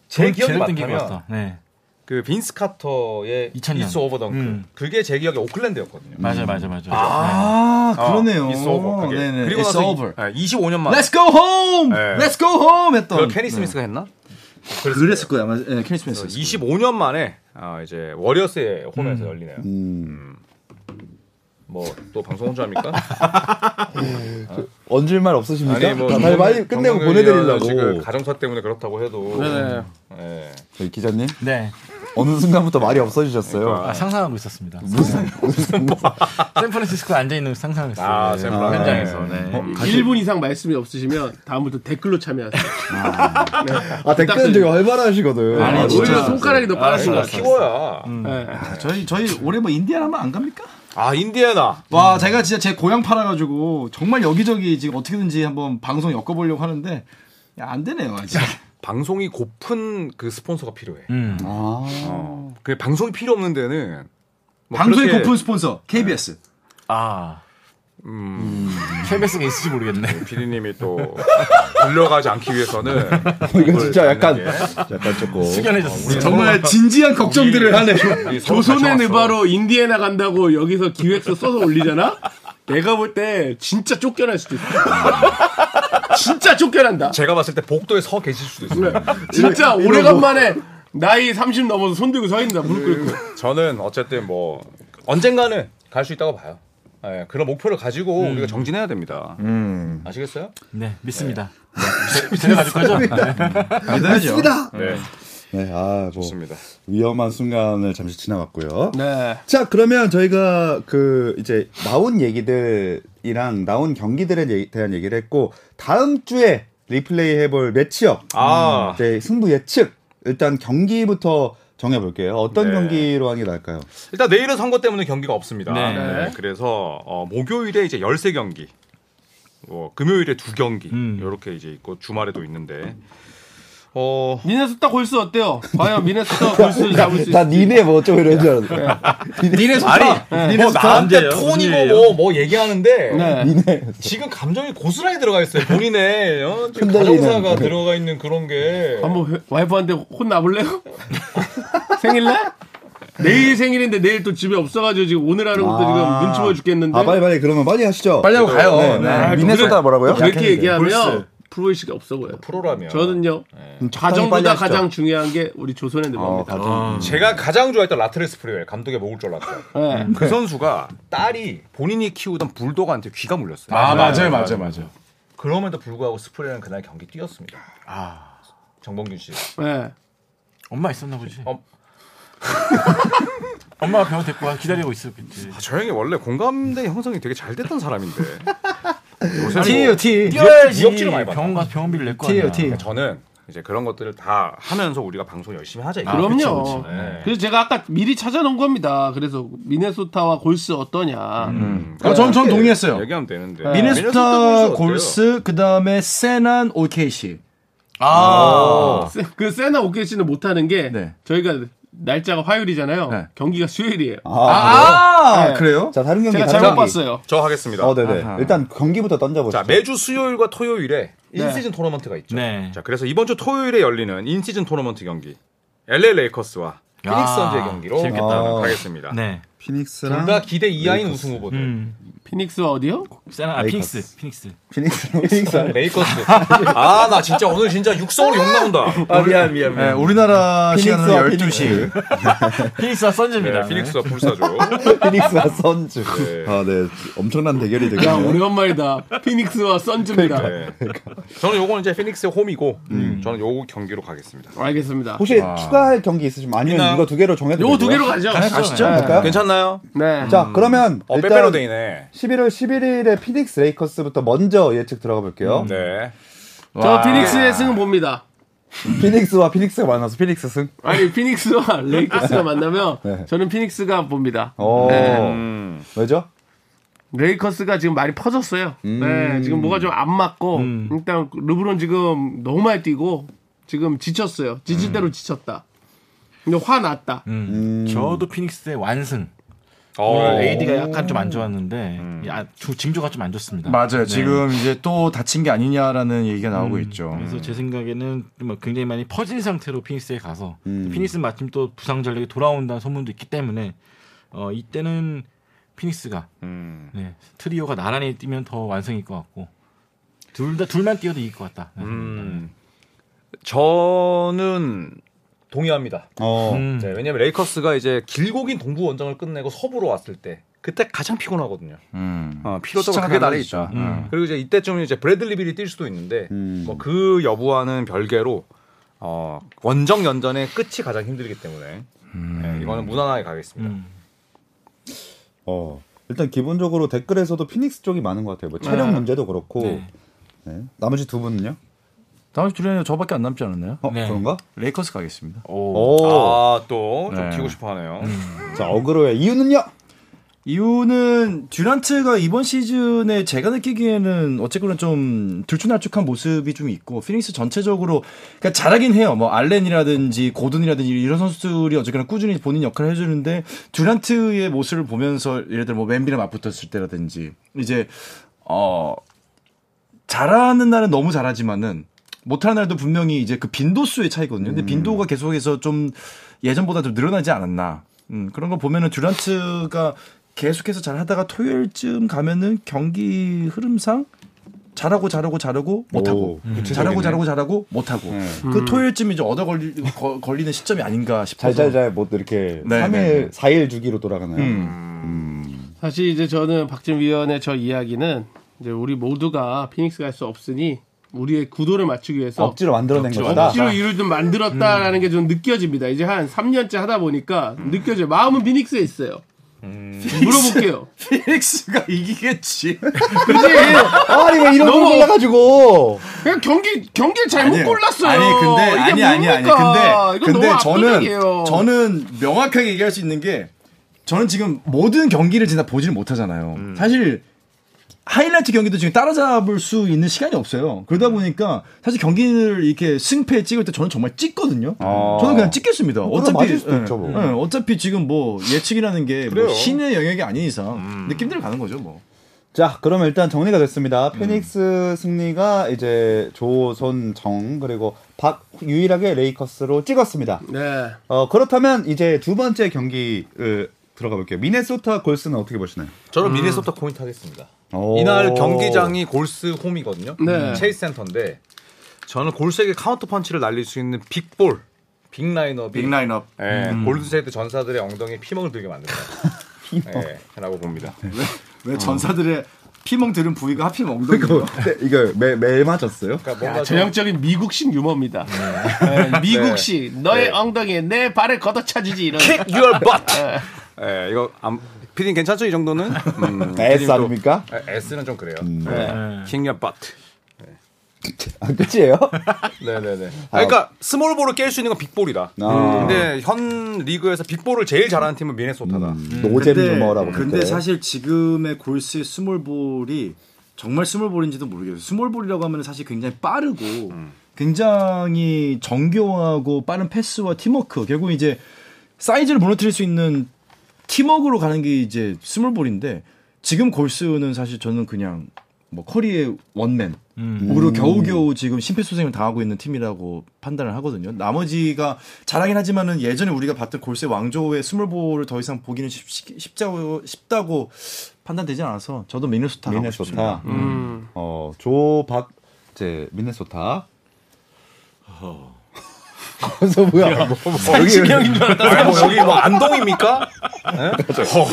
Speaker 6: 제 기억이
Speaker 3: 제일 땡길
Speaker 6: 맞다면
Speaker 3: 것 같다. 네.
Speaker 6: 그 빈스 카터의
Speaker 3: 2000년.
Speaker 6: 이스 오버 덩크.
Speaker 3: 음.
Speaker 6: 그게 제 기억에 오클랜드였거든요.
Speaker 5: 음.
Speaker 3: 맞아 맞아 맞아.
Speaker 1: 아, 그러네요.
Speaker 6: 이스 오버. 뭐, 그게.
Speaker 1: 네네.
Speaker 6: 그리고
Speaker 1: It's
Speaker 6: 나서 아,
Speaker 1: over.
Speaker 6: 25년 만에
Speaker 7: Let's go home.
Speaker 6: 네.
Speaker 7: Let's go home
Speaker 6: 그걸
Speaker 7: 했던.
Speaker 6: 케니 스미스가 했나?
Speaker 7: 그랬을 거야. 아마 예, 케니 스미스.
Speaker 6: 25년 만에 아, 이제 워리어스의 홈에서 열리네요.
Speaker 4: 음.
Speaker 6: 뭐 또 방송 혼자 합니까?
Speaker 4: 얹을 말 없으십니까?
Speaker 6: 아니 뭐
Speaker 4: 나 빨리 끝내고 보내드리려고.
Speaker 6: 지금 가정사 때문에 그렇다고 해도
Speaker 2: 네네.
Speaker 6: 예.
Speaker 4: 저희 기자님
Speaker 3: 네.
Speaker 4: 어느 순간부터 말이 없어지셨어요.
Speaker 6: 그러니까.
Speaker 3: 아, 상상하고 있었습니다.
Speaker 4: 무슨 무슨
Speaker 3: 샌프란시스코 앉아 있는 상상했어요.
Speaker 6: 아, 샌프란.
Speaker 3: 현장에서. 네.
Speaker 2: 1분 이상 말씀이 없으시면 다음부터 댓글로 참여하세요.
Speaker 4: 아 댓글은 되게 활발하시거든.
Speaker 2: 아니,
Speaker 4: 아,
Speaker 2: 오히려 손가락이 더 빠르신 것
Speaker 6: 아,
Speaker 2: 같아요.
Speaker 6: 키워야.
Speaker 2: 네.
Speaker 7: 아, 저희 저희 올해 뭐 인디안 하면 안 갑니까?
Speaker 6: 아 인디애나.
Speaker 7: 와, 제가 진짜 제 고향 팔아가지고 정말 여기저기 지금 어떻게든지 한번 방송 엮어보려고 하는데 야, 안 되네요 아직.
Speaker 6: 방송이 고픈 그 스폰서가 필요해.
Speaker 3: 음.
Speaker 6: 어. 그 방송이 필요 없는 데는 뭐
Speaker 7: 방송의
Speaker 6: 그렇게,
Speaker 7: 고픈 스폰서 KBS.
Speaker 3: 아.
Speaker 6: 음,
Speaker 3: KBS가 있을지 모르겠네.
Speaker 7: 음.
Speaker 6: 비디님이 또 불려가지 않기 위해서는
Speaker 7: 네.
Speaker 4: 이거 진짜 약간
Speaker 6: 게.
Speaker 4: 약간 조금
Speaker 3: 숙연해졌어.
Speaker 7: 정말 진지한 걱정들을 하네요.
Speaker 6: 우리 서로
Speaker 2: 조선의
Speaker 6: 다시 왔어.
Speaker 2: 느바로 인디애나 간다고 여기서 기획서 써서 올리잖아? 내가 볼 때 진짜 쫓겨날 수도 있어. 진짜 쫓겨난다.
Speaker 6: 제가 봤을 때 복도에 서 계실 수도 있어요.
Speaker 2: 네. 진짜 오래간만에 나이 30 넘어서 손 들고 서 있는다. 무릎 꿇고.
Speaker 7: 네.
Speaker 6: 저는 어쨌든 뭐 언젠가는 갈 수 있다고 봐요. 예, 그런 목표를 가지고
Speaker 7: 음.
Speaker 6: 우리가 정진해야 됩니다. 아시겠어요?
Speaker 3: 네, 믿습니다. 제가 가질 거죠?
Speaker 7: 믿어야죠.
Speaker 6: 네,
Speaker 4: 네, 아, 뭐
Speaker 6: 좋습니다.
Speaker 4: 위험한 순간을 잠시 지나갔고요.
Speaker 2: 네.
Speaker 4: 자, 그러면 저희가 그 이제 나온 얘기들이랑 나온 경기들에 얘기- 대한 얘기를 했고 다음 주에 리플레이 해볼 매치업 음,
Speaker 6: 아.
Speaker 4: 이제 승부 예측 일단 경기부터 정해볼게요. 어떤
Speaker 6: 네.
Speaker 4: 경기로 하는 게 나을까요?
Speaker 6: 일단 내일은 선거 때문에 경기가 없습니다.
Speaker 3: 네.
Speaker 6: 네, 그래서 어, 목요일에 이제 13경기, 뭐, 금요일에 두경기
Speaker 3: 음.
Speaker 6: 이렇게 이제 있고 주말에도 있는데 어,
Speaker 2: 미네소타 골스 어때요? 과연 미네소타 골스 잡을 수
Speaker 4: 나
Speaker 2: 있어?
Speaker 4: 니네 뭐 어쩌고 이러는 줄 알았어.
Speaker 7: 니네 그러니까
Speaker 6: 아니 뭐 나한테 톤이고 뭐, 뭐 얘기하는데
Speaker 4: 니네.
Speaker 6: 지금 감정이 고스란히 들어가 있어요. 본인의 어? 지금
Speaker 4: 흔들리는.
Speaker 6: 가정사가 들어가 있는 그런 게
Speaker 2: 한번 회- 와이프한테 혼나볼래요? 생일날? 내일 생일인데 내일 또 집에 없어가지고 지금 오늘 하는 것도
Speaker 4: 아.
Speaker 2: 지금 눈치 보여 죽겠는데.
Speaker 4: 아 빨리 빨리 그러면 빨리 하시죠.
Speaker 5: 빨리 하고 가요. 네.
Speaker 4: 네. 미네소타 뭐라고요?
Speaker 2: 그렇게 얘기하면
Speaker 5: 골스.
Speaker 2: 프로의식이 없어 보여요.
Speaker 6: 프로라면
Speaker 2: 저는요. 네.
Speaker 4: 적당히 네. 빨리
Speaker 2: 가정보다
Speaker 4: 하시죠.
Speaker 2: 가장 중요한 게 우리 조선의
Speaker 4: 어,
Speaker 2: 누바입니다.
Speaker 4: 가정.
Speaker 6: 아. 제가 가장 좋아했던 라트레스 프리웰 감독의 목을 졸랐어요.
Speaker 2: 네.
Speaker 6: 그 선수가 딸이 본인이 키우던 불도그한테 귀가 물렸어요.
Speaker 5: 아 맞아요 맞아요 맞아요.
Speaker 6: 그럼에도 불구하고 스프레는 그날 경기 뛰었습니다. 아. 정범균 씨.
Speaker 2: 네.
Speaker 3: 엄마 있었나 보지.
Speaker 6: 어.
Speaker 3: 엄마가 병원 데리고 와 기다리고 있었겠지.
Speaker 6: 아, 저 형이 원래 공감대 형성이 되게 잘 됐던 사람인데.
Speaker 5: 티예요 예, 티.
Speaker 3: 뛰어야지.
Speaker 6: 무역지로 뭐 많이 받아.
Speaker 3: 병원 가서 병원비를 낼 거
Speaker 5: 티예요
Speaker 3: 아니야.
Speaker 5: 티.
Speaker 6: 저는 이제 그런 것들을 다 하면서 우리가 방송 열심히 하자. 이거.
Speaker 4: 아,
Speaker 2: 그럼요.
Speaker 6: 네.
Speaker 2: 그래서 제가 아까 미리 찾아놓은 겁니다. 그래서 미네소타와 골스 어떠냐.
Speaker 4: 음.
Speaker 5: 어, 전,
Speaker 6: 네.
Speaker 5: 전 동의했어요.
Speaker 6: 얘기하면 되는데.
Speaker 5: 미네소타
Speaker 6: 네. 골스 어때요?
Speaker 5: 골스 그 다음에 세난 OKC.
Speaker 6: 아.
Speaker 2: 세- 그 세나 오케이씨는 못하는 게
Speaker 5: 네.
Speaker 2: 저희가 날짜가 화요일이잖아요.
Speaker 5: 네.
Speaker 2: 경기가 수요일이에요.
Speaker 5: 아,
Speaker 2: 네.
Speaker 5: 그래요?
Speaker 4: 자 다른 아, 경기
Speaker 2: 제가
Speaker 4: 다른
Speaker 2: 잘못
Speaker 4: 경기.
Speaker 2: 봤어요.
Speaker 6: 저 하겠습니다.
Speaker 4: 어, 네네. 일단 경기부터 던져보시죠.
Speaker 6: 자, 매주 수요일과 토요일에 인시즌 토너먼트가 있죠.
Speaker 3: 네.
Speaker 6: 자, 그래서 이번 주 토요일에 열리는 인시즌 토너먼트 경기 LA 레이커스와 피닉스
Speaker 3: 야,
Speaker 6: 선즈의 경기로
Speaker 3: 재밌겠다.
Speaker 6: 아, 가겠습니다.
Speaker 3: 네.
Speaker 6: 둘
Speaker 4: 피닉스랑
Speaker 6: 다 기대 이하인 우승 후보들.
Speaker 3: 음.
Speaker 2: 피닉스와 어디요?
Speaker 3: 세나 아,
Speaker 4: 레이커스.
Speaker 3: 피닉스. 피닉스.
Speaker 4: 피닉스랑 피닉스.
Speaker 6: 레이커스. 아, 나 진짜 오늘 진짜 육성으로 욕 나온다.
Speaker 5: 아, 미안, 미안, 미안.
Speaker 4: 아,
Speaker 5: 우리나라 시간으로 12시.
Speaker 4: 네.
Speaker 3: 피닉스와 선즈입니다.
Speaker 6: 네, 피닉스와 불사조.
Speaker 4: 피닉스와 선즈.
Speaker 6: 네.
Speaker 4: 아, 네. 엄청난 대결이
Speaker 2: 야,
Speaker 4: 되겠네요.
Speaker 2: 오랜만이다. 피닉스와 선즈입니다.
Speaker 6: 네. 저는 요거는 이제 피닉스의 홈이고, 음, 저는 요 경기로 가겠습니다.
Speaker 2: 알겠습니다.
Speaker 4: 혹시 추가할 경기 있으시면 아니면 이거 두 개로 정해도
Speaker 2: 요거 두
Speaker 4: 되고요?
Speaker 2: 개로 가죠. 아,
Speaker 4: 가시죠. 갈까요?
Speaker 6: 괜찮나요?
Speaker 2: 네.
Speaker 4: 자, 그러면
Speaker 6: 어,
Speaker 4: 일단
Speaker 6: 빼빼로데이네.
Speaker 4: 11월 11일에 피닉스 레이커스부터 먼저 예측 들어가 볼게요.
Speaker 6: 네.
Speaker 2: 저 피닉스의 승은 봅니다.
Speaker 4: 피닉스와 피닉스가 만나서 피닉스 승.
Speaker 2: 아니, 피닉스와 레이커스가 만나면 저는 피닉스가 봅니다.
Speaker 4: 어. 왜죠?
Speaker 2: 레이커스가 지금 많이 퍼졌어요. 네, 지금 뭐가 좀 안 맞고 일단 르브론 지금 너무 많이 뛰고 지금 지쳤어요. 지칠 대로 지쳤다. 근데 화 났다.
Speaker 3: 음. 저도 피닉스의 완승.
Speaker 6: 어,
Speaker 3: AD가 약간 좀 안 좋았는데
Speaker 6: 음.
Speaker 3: 아, 주- 징조가 좀 안 좋습니다.
Speaker 5: 맞아요.
Speaker 3: 네.
Speaker 5: 지금 이제 또 다친 게 아니냐라는 얘기가 나오고 있죠.
Speaker 3: 음. 그래서 제 생각에는 뭐 굉장히 많이 퍼진 상태로 피닉스에 가서
Speaker 5: 음.
Speaker 3: 피닉스 마침 또 부상 전력이 돌아온다는 소문도 있기 때문에 어, 이때는 피닉스가
Speaker 6: 음.
Speaker 3: 네, 트리오가 나란히 뛰면 더 완성일 것 같고 둘 다 둘만 뛰어도 이길 것 같다. 네.
Speaker 6: 음, 저는 동의합니다.
Speaker 4: 어.
Speaker 3: 음.
Speaker 6: 네, 왜냐면 레이커스가 이제 길고 긴 동부 원정을 끝내고 서부로 왔을 때 그때 가장 피곤하거든요.
Speaker 5: 음.
Speaker 6: 어, 피로도가 크게 달해있죠.
Speaker 5: 진짜. 음.
Speaker 6: 그리고 이제 이때쯤 이제 브래들리 빌이 뛸 수도 있는데
Speaker 4: 음.
Speaker 6: 뭐 그 여부와는 별개로 어, 원정 연전의 끝이 가장 힘들기 때문에 네, 이거는 무난하게 가겠습니다.
Speaker 3: 음.
Speaker 4: 어. 일단 기본적으로 댓글에서도 피닉스 쪽이 많은 것 같아요. 뭐 체력 문제도 그렇고. 네.
Speaker 3: 네.
Speaker 4: 나머지 두 분은요?
Speaker 5: 다음 주 주례는 저밖에 안 남지 않았나요?
Speaker 4: 어,
Speaker 3: 네.
Speaker 4: 그런가?
Speaker 5: 레이커스 가겠습니다.
Speaker 3: 오.
Speaker 4: 오.
Speaker 6: 아또
Speaker 5: 네.
Speaker 6: 좀 튀고 싶어하네요.
Speaker 4: 자, 어그로의 이유는요?
Speaker 5: 이유는 듀란트가 이번 시즌에 제가 느끼기에는 어쨌거나 좀 들쭉날쭉한 모습이 좀 있고 피닉스 전체적으로 그러니까 잘하긴 해요. 뭐 알렌이라든지 고든이라든지 이런 선수들이 어쨌거나 꾸준히 본인 역할을 해주는데 듀란트의 모습을 보면서 예를 들어 뭐 웬비랑 맞붙었을 때라든지 이제 어 잘하는 날은 너무 잘하지만은 못하는 날도 분명히 이제 그 빈도수의 차이거든요.
Speaker 4: 음.
Speaker 5: 근데 빈도가 계속해서 좀 예전보다 좀 늘어나지 않았나. 음, 그런 걸 보면은 듀란트가 계속해서 잘 하다가 토요일쯤 가면은 경기 흐름상 잘하고 잘하고 잘하고 못하고 잘하고 잘하고 잘하고 못하고
Speaker 4: 네.
Speaker 5: 그 토요일쯤 이제 얻어 걸리, 거- 걸리는 시점이 아닌가 싶어서
Speaker 4: 잘잘잘 못 이렇게
Speaker 5: 네,
Speaker 4: 3일,
Speaker 5: 네,
Speaker 4: 4일 주기로 돌아가나요?
Speaker 2: 사실 이제 저는 박진 위원의 저 이야기는 이제 우리 모두가 피닉스 갈 수 없으니 우리의 구도를 맞추기 위해서
Speaker 4: 억지로 만들어낸 것이다.
Speaker 2: 억지로 이를 좀 만들었다라는 게 좀 느껴집니다. 이제 한 3년째 하다 보니까 느껴져요. 마음은 피닉스에 있어요.
Speaker 5: 음.
Speaker 2: 물어볼게요.
Speaker 5: 피닉스가 이기겠지
Speaker 2: 그지?
Speaker 4: 아니 왜 이런 걸
Speaker 2: 너무
Speaker 4: 골라가지고
Speaker 2: 그냥 경기 경기를 잘못
Speaker 5: 아니에요.
Speaker 2: 골랐어요.
Speaker 5: 아니 근데 아니
Speaker 2: 이게
Speaker 5: 아니 아니
Speaker 2: 뭡니까?
Speaker 5: 근데
Speaker 2: 이건
Speaker 5: 근데
Speaker 2: 너무 압도적이에요.
Speaker 5: 저는 저는 명확하게 얘기할 수 있는 게 저는 지금 모든 경기를 진짜 보지를 못하잖아요. 사실 하이라이트 경기도 지금 따라잡을 수 있는 시간이 없어요. 그러다 보니까 사실 경기를 이렇게 승패 찍을 때 저는 정말 찍거든요.
Speaker 4: 아.
Speaker 5: 저는 그냥 찍겠습니다. 어차피
Speaker 4: 맞을 수도
Speaker 5: 예,
Speaker 4: 있죠, 뭐.
Speaker 5: 예, 어차피 지금 뭐 예측이라는 게뭐
Speaker 6: 그래요.
Speaker 5: 음. 신의 영역이 아닌 이상 느낌대로 가는 거죠, 뭐.
Speaker 4: 자, 그러면 일단 정리가 됐습니다. 피닉스 승리가 이제 조선정 그리고 박 유일하게 레이커스로 찍었습니다.
Speaker 2: 네.
Speaker 4: 어, 그렇다면 이제 두 번째 경기를 들어가 볼게요. 미네소타 골스는 어떻게 보시나요?
Speaker 6: 저는 미네소타 포인트 하겠습니다.
Speaker 4: 오.
Speaker 6: 이날 경기장이 골스 홈이거든요. 음.
Speaker 2: 네.
Speaker 6: 체이스 센터인데 저는 골스에게 카운터 펀치를 날릴 수 있는 빅볼, 빅라인업이
Speaker 8: 빅라인업.
Speaker 6: 예, 골드세트 전사들의 엉덩이에 피멍을 들게 만든다. 예, 라고 봅니다.
Speaker 5: 왜 전사들의 피멍 들은 부위가 하필 엉덩이예요?
Speaker 4: 그, 네, 이거 매, 매일 맞았어요?
Speaker 6: 그러니까 뭔가 좀-
Speaker 2: 전형적인 미국식 유머입니다. 네, 미국식
Speaker 5: 네.
Speaker 2: 너의 엉덩이에 내 발을 걷어차주지 이런.
Speaker 6: kick your butt. 예, 이거 안, 피디님 괜찮죠? 이 정도는? 음,
Speaker 4: S 아닙니까?
Speaker 6: 예, S는 좀 그래요. 예, kick your butt.
Speaker 4: 아, 끝이에요?
Speaker 6: 네네네. 그러니까 스몰볼을 깰 수 있는 건 빅볼이다.
Speaker 4: 아.
Speaker 6: 근데 현 리그에서 빅볼을 제일 잘하는 팀은 미네소타다.
Speaker 4: 노잼 유머라고
Speaker 5: 근데
Speaker 4: 그때.
Speaker 5: 사실 지금의 골스의 스몰볼이 정말 스몰볼인지도 모르겠어요. 스몰볼이라고 하면 사실 굉장히 빠르고 굉장히 정교하고 빠른 패스와 팀워크 결국 이제 사이즈를 무너뜨릴 수 있는 팀워크로 가는 게 이제 스몰볼인데 지금 골스는 사실 저는 그냥 뭐 커리의 원맨
Speaker 4: 음.
Speaker 5: 으로 겨우겨우 지금 심폐소생을 당하고 있는 팀이라고 판단을 하거든요. 나머지가 잘하긴 하지만은 예전에 우리가 봤던 골스의 왕조의 스몰볼을 더 이상 보기는 쉽, 쉽- 쉽자고, 쉽다고 판단되지 않아서 저도 미네소타 가고 싶습니다. 음.
Speaker 4: 미네소타. 음. 어, 조박 이제 미네소타. 거기서 뭐야? 뭐,
Speaker 6: 어,
Speaker 4: 뭐, 여기
Speaker 6: 아니, 뭐 여기 뭐 안동입니까?
Speaker 2: 야,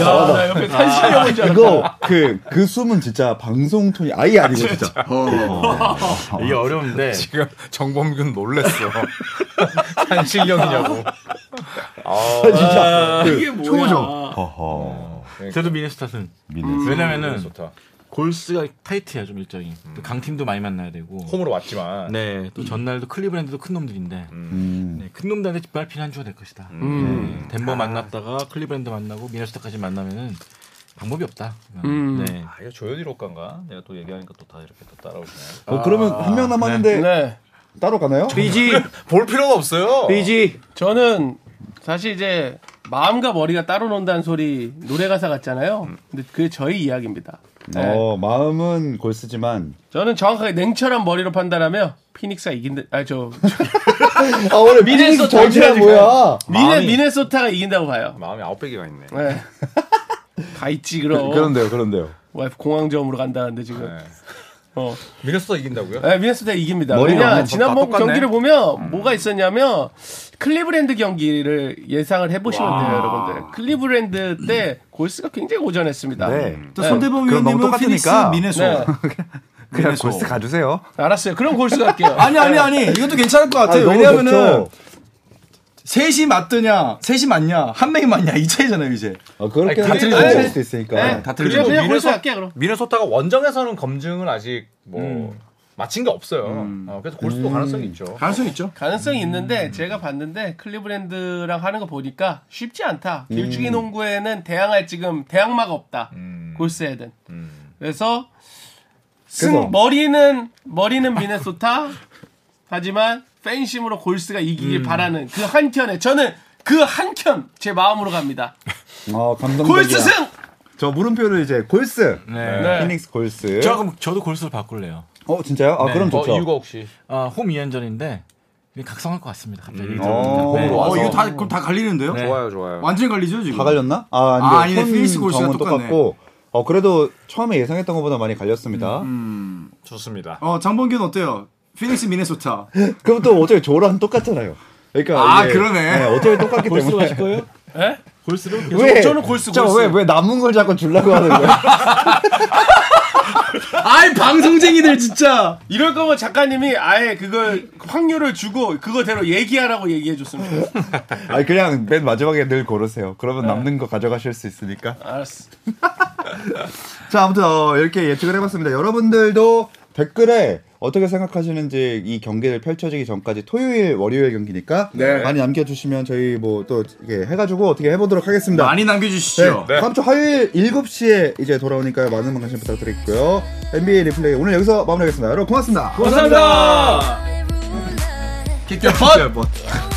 Speaker 2: 나 옆에 탄신형인 줄 알았다.
Speaker 4: 이거 그 그 숨은 진짜 방송 톤이 아예 아니고 진짜.
Speaker 3: 이게 어려운데
Speaker 6: 네. 지금 정범균 놀랬어. 한실령이냐고.
Speaker 4: 진짜. 어. 그,
Speaker 2: 아, 이게 뭐야?
Speaker 3: 저도 미네스타는
Speaker 4: 미네소타. 음.
Speaker 3: 왜냐면은
Speaker 6: 좋다.
Speaker 3: 골스가 타이트야 좀 일정이 또 강팀도 많이 만나야 되고
Speaker 6: 홈으로 왔지만.
Speaker 3: 네, 또 전날도 클리브랜드도 큰 놈들인데
Speaker 4: 음.
Speaker 3: 네, 큰 놈들한테 짓밟히는 한 주가 될 것이다. 네,
Speaker 4: 아.
Speaker 3: 덴버 만났다가 클리브랜드 만나고 미네소타까지 만나면은 방법이 없다. 네.
Speaker 6: 아, 이거 조현일 옷간가? 내가 또 얘기하니까 또 다 이렇게 또 따라오시네.
Speaker 4: 어, 그러면 한 명 남았는데
Speaker 2: 네.
Speaker 4: 따로 가나요?
Speaker 6: 비지 볼 필요가 없어요.
Speaker 4: 비지.
Speaker 2: 저는 사실 이제 마음과 머리가 따로 논다는 소리 노래 가사 같잖아요. 근데 그게 저의 이야기입니다. 네.
Speaker 4: 어, 마음은 골스지만
Speaker 2: 저는 정확하게 냉철한 머리로 판단하며 피닉스가 이긴다. 아저
Speaker 4: 아, 원래
Speaker 2: 미네소타
Speaker 4: 미네소타 전체가
Speaker 2: 지나니까.
Speaker 4: 뭐야?
Speaker 2: 미네 미네소타가 이긴다고 봐요.
Speaker 6: 마음에 아웃백이가 있네.
Speaker 2: 네. 가 있지 그럼.
Speaker 4: 어. 그런데요, 네. 그런데요.
Speaker 2: 와이프 공황점으로 간다는데 지금. 어.
Speaker 6: 미네소타 이긴다고요?
Speaker 2: 네, 미네소타 이깁니다.
Speaker 4: 머리
Speaker 2: 왜냐
Speaker 4: 너무 음.
Speaker 2: 지난번
Speaker 6: 똑같네.
Speaker 2: 경기를 보면 뭐가 있었냐면 클리브랜드 경기를 예상을 해보시면 돼요, 여러분들. 클리브랜드 때 골스가 굉장히 고전했습니다.
Speaker 4: 음. 네.
Speaker 5: 또 손대범
Speaker 4: 그럼 너무
Speaker 5: 위원님은 피닉스
Speaker 4: 똑같으니까.
Speaker 5: 미네소.
Speaker 2: 네.
Speaker 4: 그냥 골스 가주세요.
Speaker 2: 알았어요. 그럼 골스 갈게요.
Speaker 5: 아니 아니 아니 이것도 괜찮을 것
Speaker 4: 아,
Speaker 5: 같아요.
Speaker 4: 너무
Speaker 5: 왜냐면은
Speaker 4: 좋죠.
Speaker 5: 셋이 맞더냐 셋이 맞냐 한 명이 맞냐 이 차이잖아요 이제.
Speaker 4: 아, 그렇게
Speaker 6: 아니,
Speaker 4: 하면
Speaker 6: 그게-
Speaker 4: 다를
Speaker 6: 네.
Speaker 4: 수도 있으니까.
Speaker 2: 네.
Speaker 5: 다
Speaker 2: 그냥,
Speaker 5: 틀리죠.
Speaker 2: 그냥 골스
Speaker 6: 미네소-
Speaker 2: 갈게요, 그럼.
Speaker 6: 미네소타가 원정에서는 검증을 아직 뭐 마친 게 없어요. 어, 그래서 골 수도 가능성이 있죠.
Speaker 5: 가능성 있죠.
Speaker 2: 가능성이 있는데 제가 봤는데 클리브랜드랑 하는 거 보니까 쉽지 않다.
Speaker 4: 음.
Speaker 2: 길쭉이 농구에는 대항할 지금 대항마가 없다.
Speaker 4: 음.
Speaker 2: 골스에든. 그래서 승
Speaker 4: 그래서.
Speaker 2: 머리는 머리는 미네소타 하지만 팬심으로 골스가 이기길
Speaker 4: 음.
Speaker 2: 바라는 그 한켠에 저는 그 한켠 제 마음으로 갑니다.
Speaker 4: 아, 감성적이야.
Speaker 2: 골스 승.
Speaker 4: 저 물음표를 이제 골스.
Speaker 3: 네.
Speaker 2: 네.
Speaker 4: 피닉스 골스.
Speaker 3: 저 그럼 저도 골스로 바꿀래요.
Speaker 4: 어, 진짜요? 아, 그럼 좋죠.
Speaker 6: 어, 이유가 혹시
Speaker 3: 아, 홈 2연전인데 각성할 것 같습니다. 갑자기 얘기
Speaker 4: 어,
Speaker 3: 들어보니까. 네.
Speaker 6: 홈으로
Speaker 5: 어
Speaker 6: 와서.
Speaker 5: 이거 다 그럼 다 갈리는데요?
Speaker 4: 네.
Speaker 6: 좋아요, 좋아요.
Speaker 5: 완전히 갈리죠 지금.
Speaker 4: 다 갈렸나? 아,
Speaker 5: 아,
Speaker 4: 아닌데.
Speaker 5: 아니네.
Speaker 4: 손
Speaker 5: 피닉스 골스가
Speaker 4: 정은
Speaker 5: 똑같네.
Speaker 4: 똑같고. 어, 그래도 처음에 예상했던 것보다 많이 갈렸습니다.
Speaker 6: 좋습니다.
Speaker 5: 어 장범균 어때요? 피닉스 미네소타.
Speaker 4: 그럼 또 어차피 조랑 똑같잖아요. 그러니까
Speaker 5: 아,
Speaker 4: 이게-
Speaker 5: 그러네.
Speaker 4: 네, 어차피 똑같기
Speaker 3: 골스로
Speaker 4: 때문에.
Speaker 3: 하실 거예요?
Speaker 2: 예?
Speaker 3: 골스로? 계속-
Speaker 4: 왜?
Speaker 2: 저는 골스,
Speaker 4: 저
Speaker 2: 골스.
Speaker 4: 왜, 왜 남은 걸 자꾸 주려고 하는 거야?
Speaker 5: 아이 방송쟁이들 진짜.
Speaker 2: 이럴 거면 작가님이 아예 그걸 확률을 주고 그거대로 얘기하라고 얘기해 줬으면 좋겠어.
Speaker 4: 아니, 그냥 맨 마지막에 늘 고르세요. 그러면 남는 거 가져가실 수 있으니까.
Speaker 2: 알았어.
Speaker 4: 자, 아무튼 어, 이렇게 예측을 해봤습니다. 여러분들도 댓글에 어떻게 생각하시는지 이 경기를 펼쳐지기 전까지 토요일, 월요일 경기니까
Speaker 5: 네.
Speaker 4: 많이 남겨주시면 저희 뭐 또 이게 해가지고 어떻게 해보도록 하겠습니다.
Speaker 5: 많이 남겨주시죠.
Speaker 4: 네. 다음 주 화요일 7시에 이제 돌아오니까요. 많은 관심 부탁드리고요. NBA 리플레이 오늘 여기서 마무리하겠습니다. 여러분 고맙습니다.
Speaker 2: 감사합니다.
Speaker 5: 킥 네.
Speaker 1: You're